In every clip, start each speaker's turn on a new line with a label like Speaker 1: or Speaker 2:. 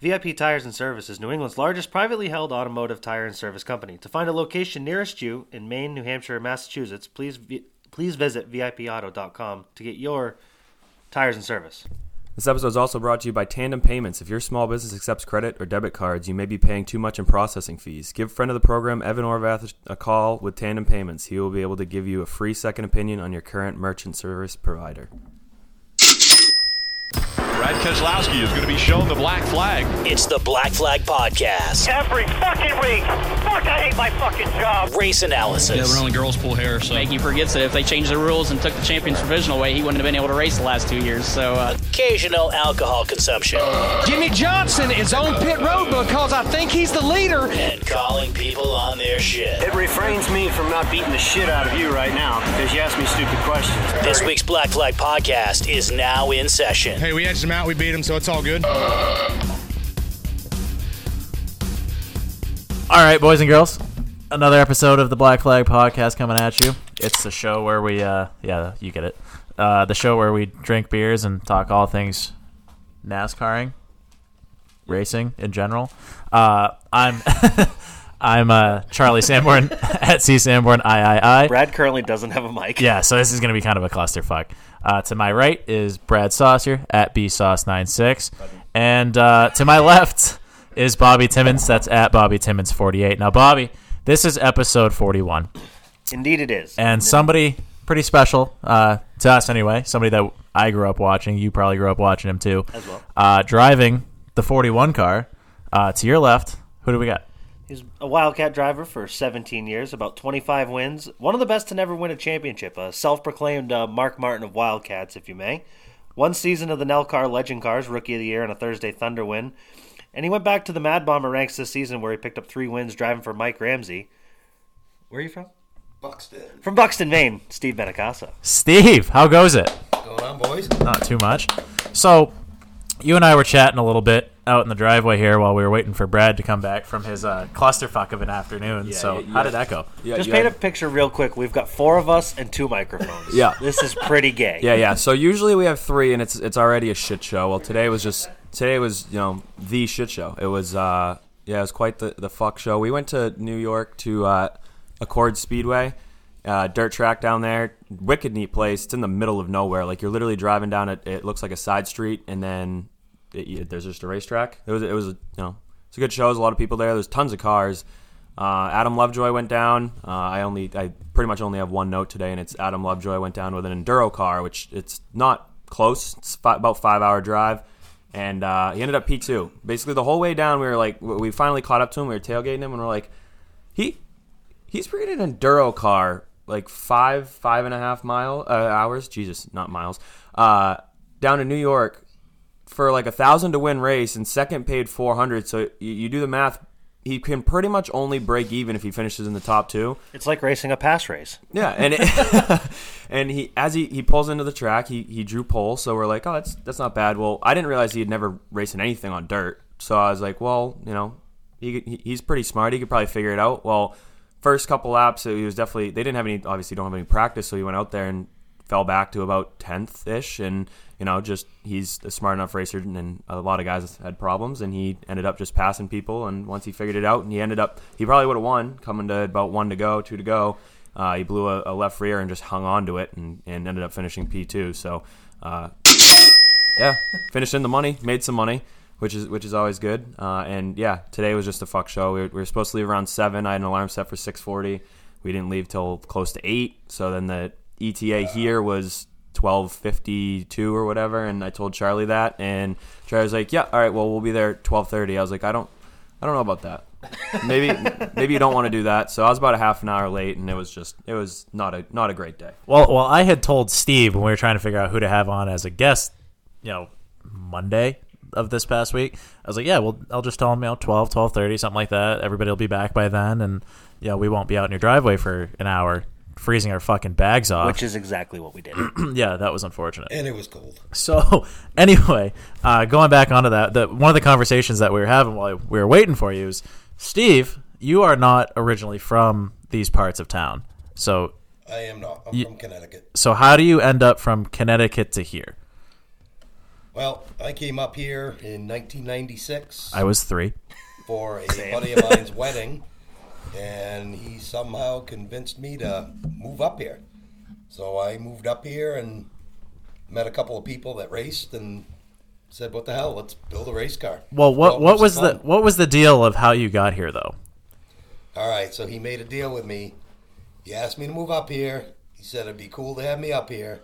Speaker 1: VIP Tires and Service is New England's largest privately held automotive tire and service company. To find a location nearest you in Maine, New Hampshire, or Massachusetts, please vi- please visit VIPauto.com to get your tires and service.
Speaker 2: This episode is also brought to you by Tandem Payments. If your small business accepts credit or debit cards, you may be paying too much in processing fees. Give friend of the program Evan Orvath a call with Tandem Payments. He will be able to give you a free second opinion on your current merchant service provider.
Speaker 3: Brad Keselowski is going to be shown the black flag.
Speaker 4: It's the Black Flag Podcast.
Speaker 5: every fucking week. Fuck, I hate my fucking job.
Speaker 4: Race analysis.
Speaker 6: Yeah, we're only girls' pool here, so
Speaker 7: He forgets that if they changed the rules and took the champions provisional away, he wouldn't have been able to race the last two years. So uh,
Speaker 4: Occasional alcohol consumption
Speaker 8: Jimmy Johnson is on pit road because I think he's the leader.
Speaker 4: and calling people on their shit.
Speaker 9: It refrains me from not beating the shit out of you right now because you asked me stupid questions.
Speaker 4: This week's Black Flag Podcast is now in session.
Speaker 10: Hey, we edged him out. We beat him, so it's all good.
Speaker 11: All right, boys and girls, another episode of the Black Flag Podcast coming at you. It's the show where we, uh, yeah, you get it. Uh, the show where we drink beers and talk all things NASCARing, racing in general. Uh, I'm, I'm uh, Charlie Sanborn at C Sanborn III.
Speaker 1: Brad currently doesn't have a mic.
Speaker 11: Yeah, so this is going to be kind of a clusterfuck. Uh, to my right is Brad Saucer at bsauce96. And uh, to my left is Bobby Timmons. That's at Bobby Timmons48. Now, Bobby, this is episode 41.
Speaker 1: Indeed, it is.
Speaker 11: And somebody pretty special, uh, to us anyway, somebody that I grew up watching. You probably grew up watching him too. As
Speaker 1: well.
Speaker 11: Uh, driving the 41 car. Uh, to your left, who do we got?
Speaker 1: He's a Wildcat driver for 17 years, about 25 wins. One of the best to never win a championship, a self proclaimed uh, Mark Martin of Wildcats, if you may. One season of the Nelcar Legend Cars, Rookie of the Year, and a Thursday Thunder win. And he went back to the Mad Bomber ranks this season where he picked up three wins driving for Mike Ramsey. Where are you from? Buxton. From Buxton, Maine, Steve Benacasa.
Speaker 11: Steve, how goes it?
Speaker 10: Going on, boys.
Speaker 11: not too much. So, you and I were chatting a little bit out in the driveway here while we were waiting for Brad to come back from his uh, clusterfuck of an afternoon. so,
Speaker 2: yeah,
Speaker 11: how
Speaker 2: yeah.
Speaker 11: did that go?
Speaker 2: Yeah,
Speaker 1: Just paint a picture real quick. We've got four of us and two microphones.
Speaker 2: Yeah.
Speaker 1: This is pretty gay.
Speaker 2: Yeah, yeah. So usually we have three, and it's it's already a shit show. Well, today was just today was you know the shit show. It was uh yeah, it was quite the the fuck show. We went to New York to uh, Accord Speedway, uh, dirt track down there. Wicked neat place. It's in the middle of nowhere. Like you're literally driving down it. It looks like a side street, and then it, you- there's just a racetrack. It was it was you know it's a good show. There's a lot of people there. There's tons of cars. Uh, Adam Lovejoy went down. Uh, I only I pretty much only have one note today, and it's Adam Lovejoy went down with an enduro car, which it's not close. It's fi- about five hour drive, and uh, he ended up P two. Basically, the whole way down, we were like we finally caught up to him. We were tailgating him, and we're like, he he's bringing an enduro car like five five and a half mile uh, hours jesus not miles uh down to new york for like a thousand to win race and second paid 400 so you, you do the math he can pretty much only break even if he finishes in the top two
Speaker 1: It's like racing a pass race.
Speaker 2: yeah, and it, and he as he, he pulls into the track, he he drew pole, so we're like, oh, that's that's not bad. Well, I didn't realize he had never raced in anything on dirt, so I was like, well, you know, he, he he's pretty smart. He could probably figure it out. Well, first couple laps, he was definitely they didn't have any obviously don't have any practice, so he went out there and fell back to about tenth ish, and you know, just he's a smart enough racer, and, and a lot of guys had problems, and he ended up just passing people. And once he figured it out, and he ended up he probably would have won coming to about one to go, two to go. Uh, he blew a, a left rear and just hung on to it and, and ended up finishing P2. So, uh, yeah, finished in the money, made some money, which is which is always good. Uh, and yeah, today was just a fuck show. We were, we were supposed to leave around seven. I had an alarm set for six forty. We didn't leave till close to eight. So then the ETA here was twelve fifty two or whatever. And I told Charlie that, and Charlie was like, "Yeah, all right, well we'll be there twelve thirty. I was like, "I don't, I don't know about that." maybe maybe you don't want to do that. So I was about a half an hour late, and it was just it was not a not a great day.
Speaker 11: Well, well, I had told Steve when we were trying to figure out who to have on as a guest, you know, Monday of this past week. I was like, yeah, well, I'll just tell him, you know, 12, 12.30, something like that. Everybody will be back by then, and, you know, we won't be out in your driveway for an hour freezing our fucking bags
Speaker 2: Uh,
Speaker 11: off.
Speaker 1: Which is exactly what we did.
Speaker 11: yeah, that was unfortunate.
Speaker 10: And it was cold.
Speaker 11: So anyway, uh, going back onto that, the, one of the conversations that we were having while we were waiting for you is, Steve, you are not originally from these parts of town. So
Speaker 10: I am not. I'm from Connecticut.
Speaker 11: so how do you end up from Connecticut to here?
Speaker 6: Well, I came up here in 1996
Speaker 11: I was three.
Speaker 6: for a buddy of mine's wedding, and he somehow convinced me to uh, move up here. So I moved up here and met a couple of people that raced and said, "What the hell? Let's build a race car."
Speaker 11: Well, what
Speaker 6: Well,
Speaker 11: what
Speaker 6: it's
Speaker 11: was the
Speaker 6: fun.
Speaker 11: what was the deal of how you got here though?
Speaker 6: All right, so he made a deal with me. He asked me to move up here. He said it'd be cool to have me up here.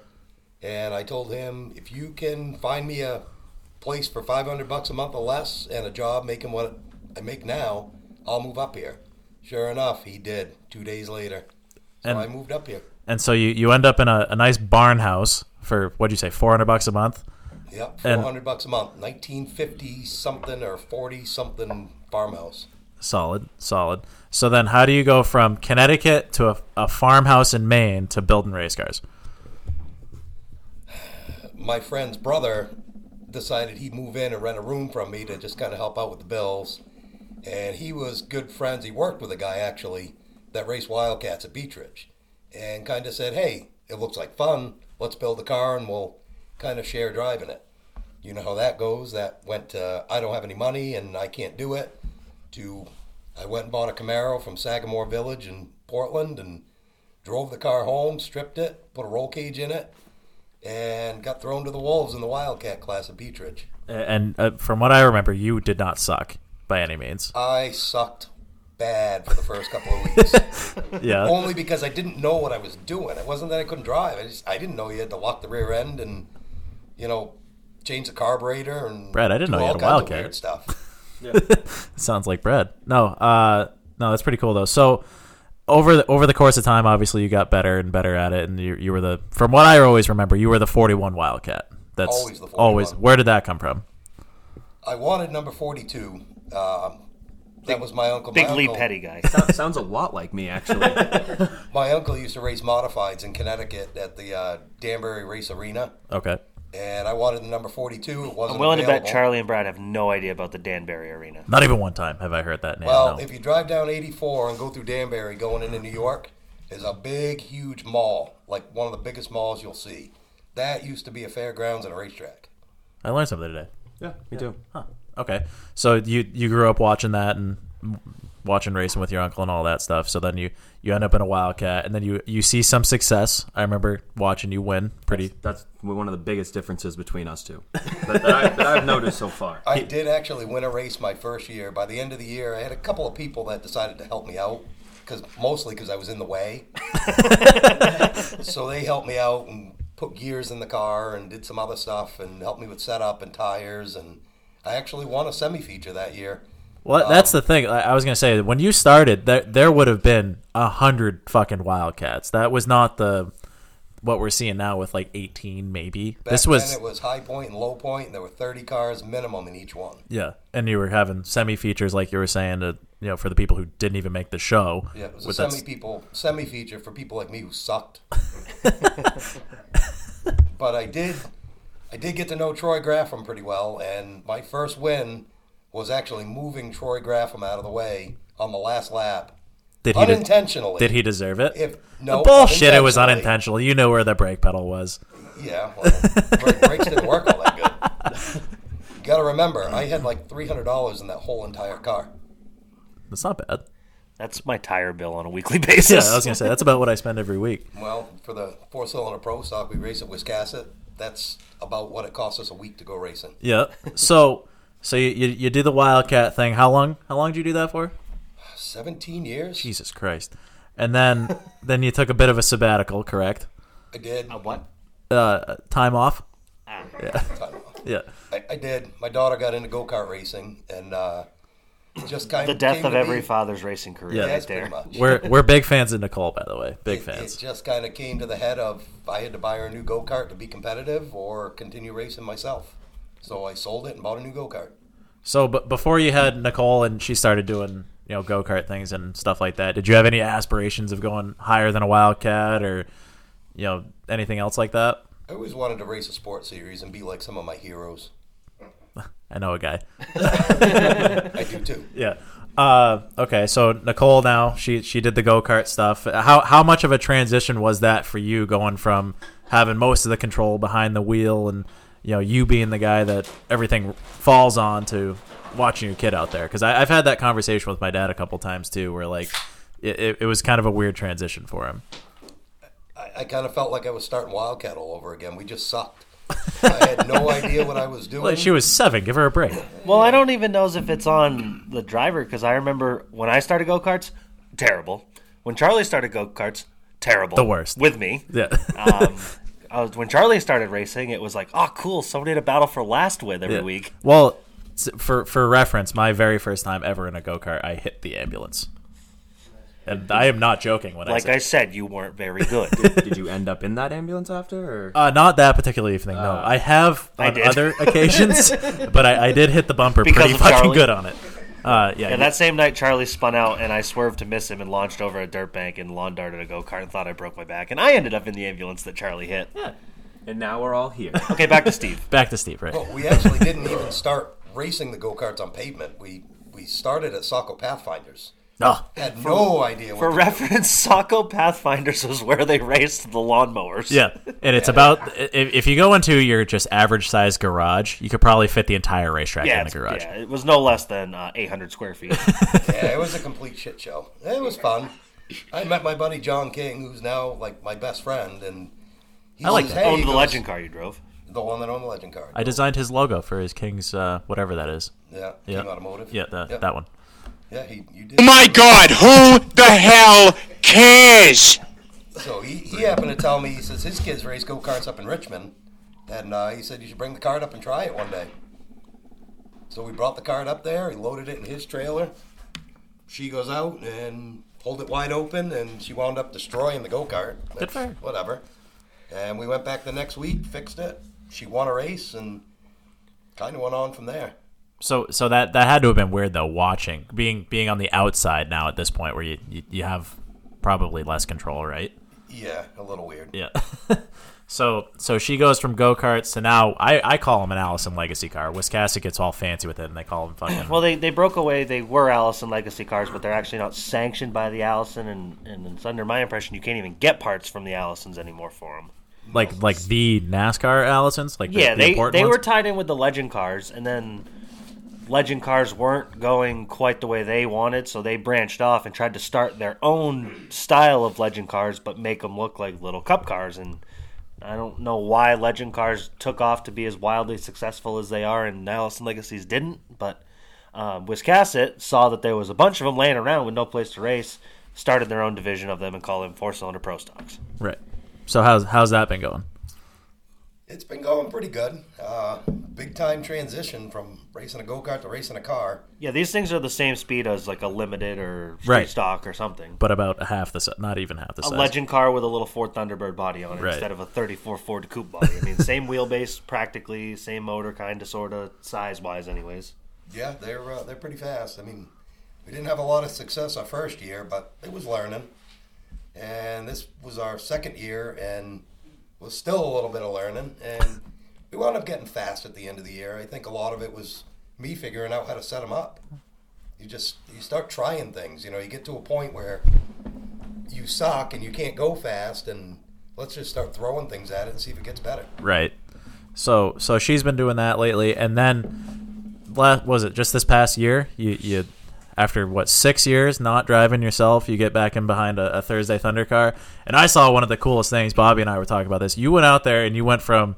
Speaker 6: And I told him Um, if you can find me a place for 500 bucks a month or less and a job making what I make now, I'll move up here. Sure enough, he did. 2 days later. So
Speaker 11: And-
Speaker 6: I moved up here.
Speaker 11: And so you, you end up in a, a nice barn house for what'd you say, four hundred bucks a month?
Speaker 6: Yep,
Speaker 11: And-
Speaker 6: 400 bucks a month, 1950 something or 40 something farmhouse.
Speaker 11: Solid, solid. So then how do you go from Connecticut to a, a farmhouse in Maine to building race cars?
Speaker 6: my friend's brother decided he'd move in and rent a room from me to just kind of help out with the bills. And he was good friends. He worked with a guy actually that raced Wildcats at Beach Ridge and kind of said, Hey, it looks like fun. Let's build a car and we'll kind of share driving it. You know how that goes. That went to, I don't have any money and I can't do it. To, I went and bought a Camaro from Sagamore Village in Portland and drove the car home, stripped it, put a roll cage in it, and got thrown to the wolves in the Wildcat class at Beechridge.
Speaker 11: And uh, from what I remember, you did not suck by any means.
Speaker 6: I sucked bad for the first couple of weeks.
Speaker 11: Yeah.
Speaker 6: Only because I didn't know what I was doing. It wasn't that I couldn't drive. I just I didn't know you had to lock the rear end and you know change the carburetor and
Speaker 11: Brad, I didn't
Speaker 6: do
Speaker 11: know you
Speaker 6: all
Speaker 11: had a
Speaker 6: kinds of
Speaker 11: Wildcat.
Speaker 6: weird stuff.
Speaker 11: Sounds like bread. No, uh, no, that's pretty cool though. So over the over the course of time, obviously you got better and better at it, and you you were the from what I always remember, you were the forty one Wildcat. That's
Speaker 6: Always the 41.
Speaker 11: always. Where did that come from?
Speaker 6: I wanted number forty-two. Um, that was my uncle.
Speaker 1: Big
Speaker 6: my
Speaker 1: Lee
Speaker 6: uncle-
Speaker 1: Petty guy.
Speaker 2: sounds a lot like me, actually.
Speaker 6: My uncle used to race modifieds in Connecticut at the uh, Danbury Race Arena,
Speaker 11: Okay.
Speaker 6: and I wanted the number forty-two. It wasn't.
Speaker 1: I'm willing to bet
Speaker 6: available.
Speaker 1: Charlie and Brad have no idea about the Danbury Arena.
Speaker 11: Not even one time have I heard that name.
Speaker 6: Well,
Speaker 11: no.
Speaker 6: if you drive down 84 and go through Danbury going into New York, there's a big, huge mall, like one of the biggest malls you'll see. That used to be a fairgrounds and a racetrack.
Speaker 11: I learned something today.
Speaker 2: yeah, me too.
Speaker 11: Okay, so you you grew up watching that and watching racing with your uncle and all that stuff. So then you you end up in a Wildcat, and then you you see some success. I remember watching you win pretty.
Speaker 2: That's one of the biggest differences between us two that, that I, that I've noticed so far.
Speaker 6: I did actually win a race my first year. By the end of the year, I had a couple of people that decided to help me out, cause, mostly because I was in the way. so they helped me out and put gears in the car and did some other stuff and helped me with setup and tires. And I actually won a semi feature that year.
Speaker 11: Well,
Speaker 6: Um,
Speaker 11: that's the thing. I, I was gonna say when you started, there there would have been a hundred fucking Wildcats. That was not the what we're seeing now with like eighteen maybe.
Speaker 6: Back
Speaker 11: this was
Speaker 6: then it was high point and low point, and there were 30 cars minimum in each one.
Speaker 11: yeah, and you were having semi features like you were saying to you know for the people who didn't even make the show.
Speaker 6: Yeah, it was
Speaker 11: with
Speaker 6: a
Speaker 11: that
Speaker 6: semi people semi feature for people like me who sucked. but I did I did get to know Troy Graffam pretty well and my first win was actually moving Troy Graffam out of the way on the last lap.
Speaker 11: Did he de-
Speaker 6: unintentionally.
Speaker 11: Did he deserve it?
Speaker 6: If- no,
Speaker 11: bullshit. It was
Speaker 6: unintentionally.
Speaker 11: unintentional. You know where the brake pedal was.
Speaker 6: Yeah, well, brakes didn't work all that good. You gotta remember, I had like three hundred dollars in that whole entire car.
Speaker 11: That's not bad.
Speaker 1: That's my tire bill on a weekly
Speaker 11: Yeah,
Speaker 1: basis.
Speaker 11: I was gonna say that's about what I spend every week.
Speaker 6: Well, for the four cylinder pro stock we race at Wiscasset, that's about what it costs us a week to go racing.
Speaker 11: Yeah. So, so you, you you do the wildcat thing. How long? How long did you do that for?
Speaker 6: Seventeen years?
Speaker 11: Jesus Christ! And then then you took a bit of a sabbatical, correct?
Speaker 6: I did.
Speaker 1: what?
Speaker 11: Uh, time off. Yeah.
Speaker 6: I, I did. My daughter got into go kart racing, and uh, just kind
Speaker 1: The
Speaker 6: of
Speaker 1: death
Speaker 6: came
Speaker 1: of
Speaker 6: to
Speaker 1: every
Speaker 6: be.
Speaker 1: father's racing career,
Speaker 6: Yes,
Speaker 1: right
Speaker 6: pretty
Speaker 1: there.
Speaker 6: much.
Speaker 11: We're we're big fans of Nicole, by the way. Big
Speaker 6: It- It,
Speaker 11: fans.
Speaker 6: just kind of came to the head of I had to buy her a new go kart to be competitive or continue racing myself. So I sold it and bought a new go kart.
Speaker 11: So, but before you had Nicole and she started doing you know go kart things and stuff like that, did you have any aspirations of going higher than a wildcat or you know anything else like that?
Speaker 6: I always wanted to race a sports series and be like some of my heroes.
Speaker 11: I know a guy.
Speaker 6: I do too.
Speaker 11: Yeah. Uh, okay, so Nicole now she she did the go kart stuff. How how much of a transition was that for you going from having most of the control behind the wheel and you know, you being the guy that everything falls on to watching your kid out there. Because I've had that conversation with my dad a couple times too, where like it, it, it was kind of a weird transition for him.
Speaker 6: I, I kind of felt like I was starting Wildcat all over again. We just sucked. I had no idea what I was doing.
Speaker 11: Like she was seven, give her a break.
Speaker 1: Well, I don't even know if it's on the driver because I remember when I started go karts, terrible. When Charlie started go karts, terrible.
Speaker 11: The worst.
Speaker 1: With me.
Speaker 11: Yeah.
Speaker 1: um, I was, when Charlie started racing, it was like, oh, cool, somebody to battle for last with every
Speaker 11: Yeah.
Speaker 1: week.
Speaker 11: Well, s- for for reference, my very first time ever in a go kart, I hit the ambulance, and I am not joking when
Speaker 1: Like
Speaker 11: I
Speaker 1: I
Speaker 11: say.
Speaker 1: said, you weren't very good.
Speaker 2: Did you end up in that ambulance after? Or?
Speaker 11: uh, not that particular evening, no. I have
Speaker 1: Uh, I
Speaker 11: on
Speaker 1: did.
Speaker 11: other occasions, but I, I did hit the bumper
Speaker 1: Because
Speaker 11: pretty
Speaker 1: of
Speaker 11: fucking
Speaker 1: Charlie.
Speaker 11: good on it. Uh, yeah,
Speaker 1: and that same night, Charlie spun out, and I swerved to miss him and launched over a dirt bank and lawn darted a go kart and thought I broke my back. And I ended up in the ambulance that Charlie hit.
Speaker 2: And now we're all here.
Speaker 1: Okay, back to Steve.
Speaker 11: back to Steve, right?
Speaker 6: But we actually didn't even start racing the go karts on pavement. We we started at Saco Pathfinders.
Speaker 11: Oh,
Speaker 6: Had no idea what
Speaker 1: For
Speaker 6: to
Speaker 1: reference, Saco Pathfinders was where they raced the lawnmowers.
Speaker 11: yeah. And it's about i- if, if you go into your just average size garage, you could probably fit the entire racetrack
Speaker 1: Yeah,
Speaker 11: in a
Speaker 1: it's-
Speaker 11: garage.
Speaker 1: yeah, it was no less than uh, 800 square feet.
Speaker 6: do. Yeah, it was a complete shit show. It was fun. I met my buddy John King, who's now like my best friend, and he
Speaker 11: I like
Speaker 6: says,
Speaker 11: that.
Speaker 6: "Hey,"
Speaker 1: owned
Speaker 6: he
Speaker 1: the
Speaker 6: goes,
Speaker 1: legend car you drove.
Speaker 6: the one that owned the legend card.
Speaker 11: I designed his logo for his King's uh, whatever that is.
Speaker 6: yeah,
Speaker 11: Yeah,
Speaker 6: King Automotive.
Speaker 11: yeah, that
Speaker 6: yeah.
Speaker 11: that one.
Speaker 6: Yeah, he, you did.
Speaker 8: My God, who the hell cares?
Speaker 6: So he, he happened to tell me, he says his kids race go karts up in Richmond. And uh, he said, you should bring the cart up and try it one day. So we brought the cart up there. He loaded it in his trailer. She goes out and pulled it wide open, and she wound up destroying the go kart. Good
Speaker 11: for her.
Speaker 6: Whatever. And we went back the next week, fixed it. She won a race, and kind of went on from there.
Speaker 11: So so that that had to have been weird though watching being being on the outside now at this point where you you, you have probably less control right
Speaker 6: Yeah, a little weird.
Speaker 11: yeah so so she goes from go-karts to now I, I call him an Allison legacy car Wiscasset gets all fancy with it and they call him fucking
Speaker 1: Well, they, they broke away. They were Allison Legacy cars, but they're actually not sanctioned by the Allison, and, and it's under my impression you can't even get parts from the Allisons anymore for them.
Speaker 11: like like the NASCAR Allisons like the-
Speaker 1: Yeah,
Speaker 11: the
Speaker 1: they,
Speaker 11: important
Speaker 1: they
Speaker 11: ones?
Speaker 1: were tied in with the legend cars, and then legend cars weren't going quite the way they wanted, so they branched off and tried to start their own style of legend cars, but make them look like little cup cars. And I don't know why legend cars took off to be as wildly successful as they are, and Allison Legacies didn't. But um, Wiscasset saw that there was a bunch of them laying around with no place to race, started their own division of them, and called them four cylinder pro stocks.
Speaker 11: right so how's how's that been going
Speaker 6: It's been going pretty good. Uh, big time transition from racing a go kart to racing a car.
Speaker 1: Yeah, these things are the same speed as like a limited or street
Speaker 11: Right.
Speaker 1: stock or something.
Speaker 11: but about half the si- not even half the
Speaker 1: a
Speaker 11: size
Speaker 1: legend car with a little Ford Thunderbird body on it
Speaker 11: Right.
Speaker 1: instead of a 34 Ford coupe body. I mean, same wheelbase, practically same motor, kind of, sort of, size wise, anyways.
Speaker 6: Yeah, they're uh, they're pretty fast. I mean, we didn't have a lot of success our first year, but it was learning. And this was our second year, and was still a little bit of learning. And we wound up getting fast at the end of the year. I think a lot of it was me figuring out how to set them up. You just you start trying things. You know, you get to a point where you suck and you can't go fast, and let's just start throwing things at it and see if it gets better.
Speaker 11: Right. So so she's been doing that lately, and then la- was it just this past year? You you after what six years not driving yourself, you get back in behind a, a Thursday Thunder car, and I saw one of the coolest things. Bobby and I were talking about this. You went out there and you went from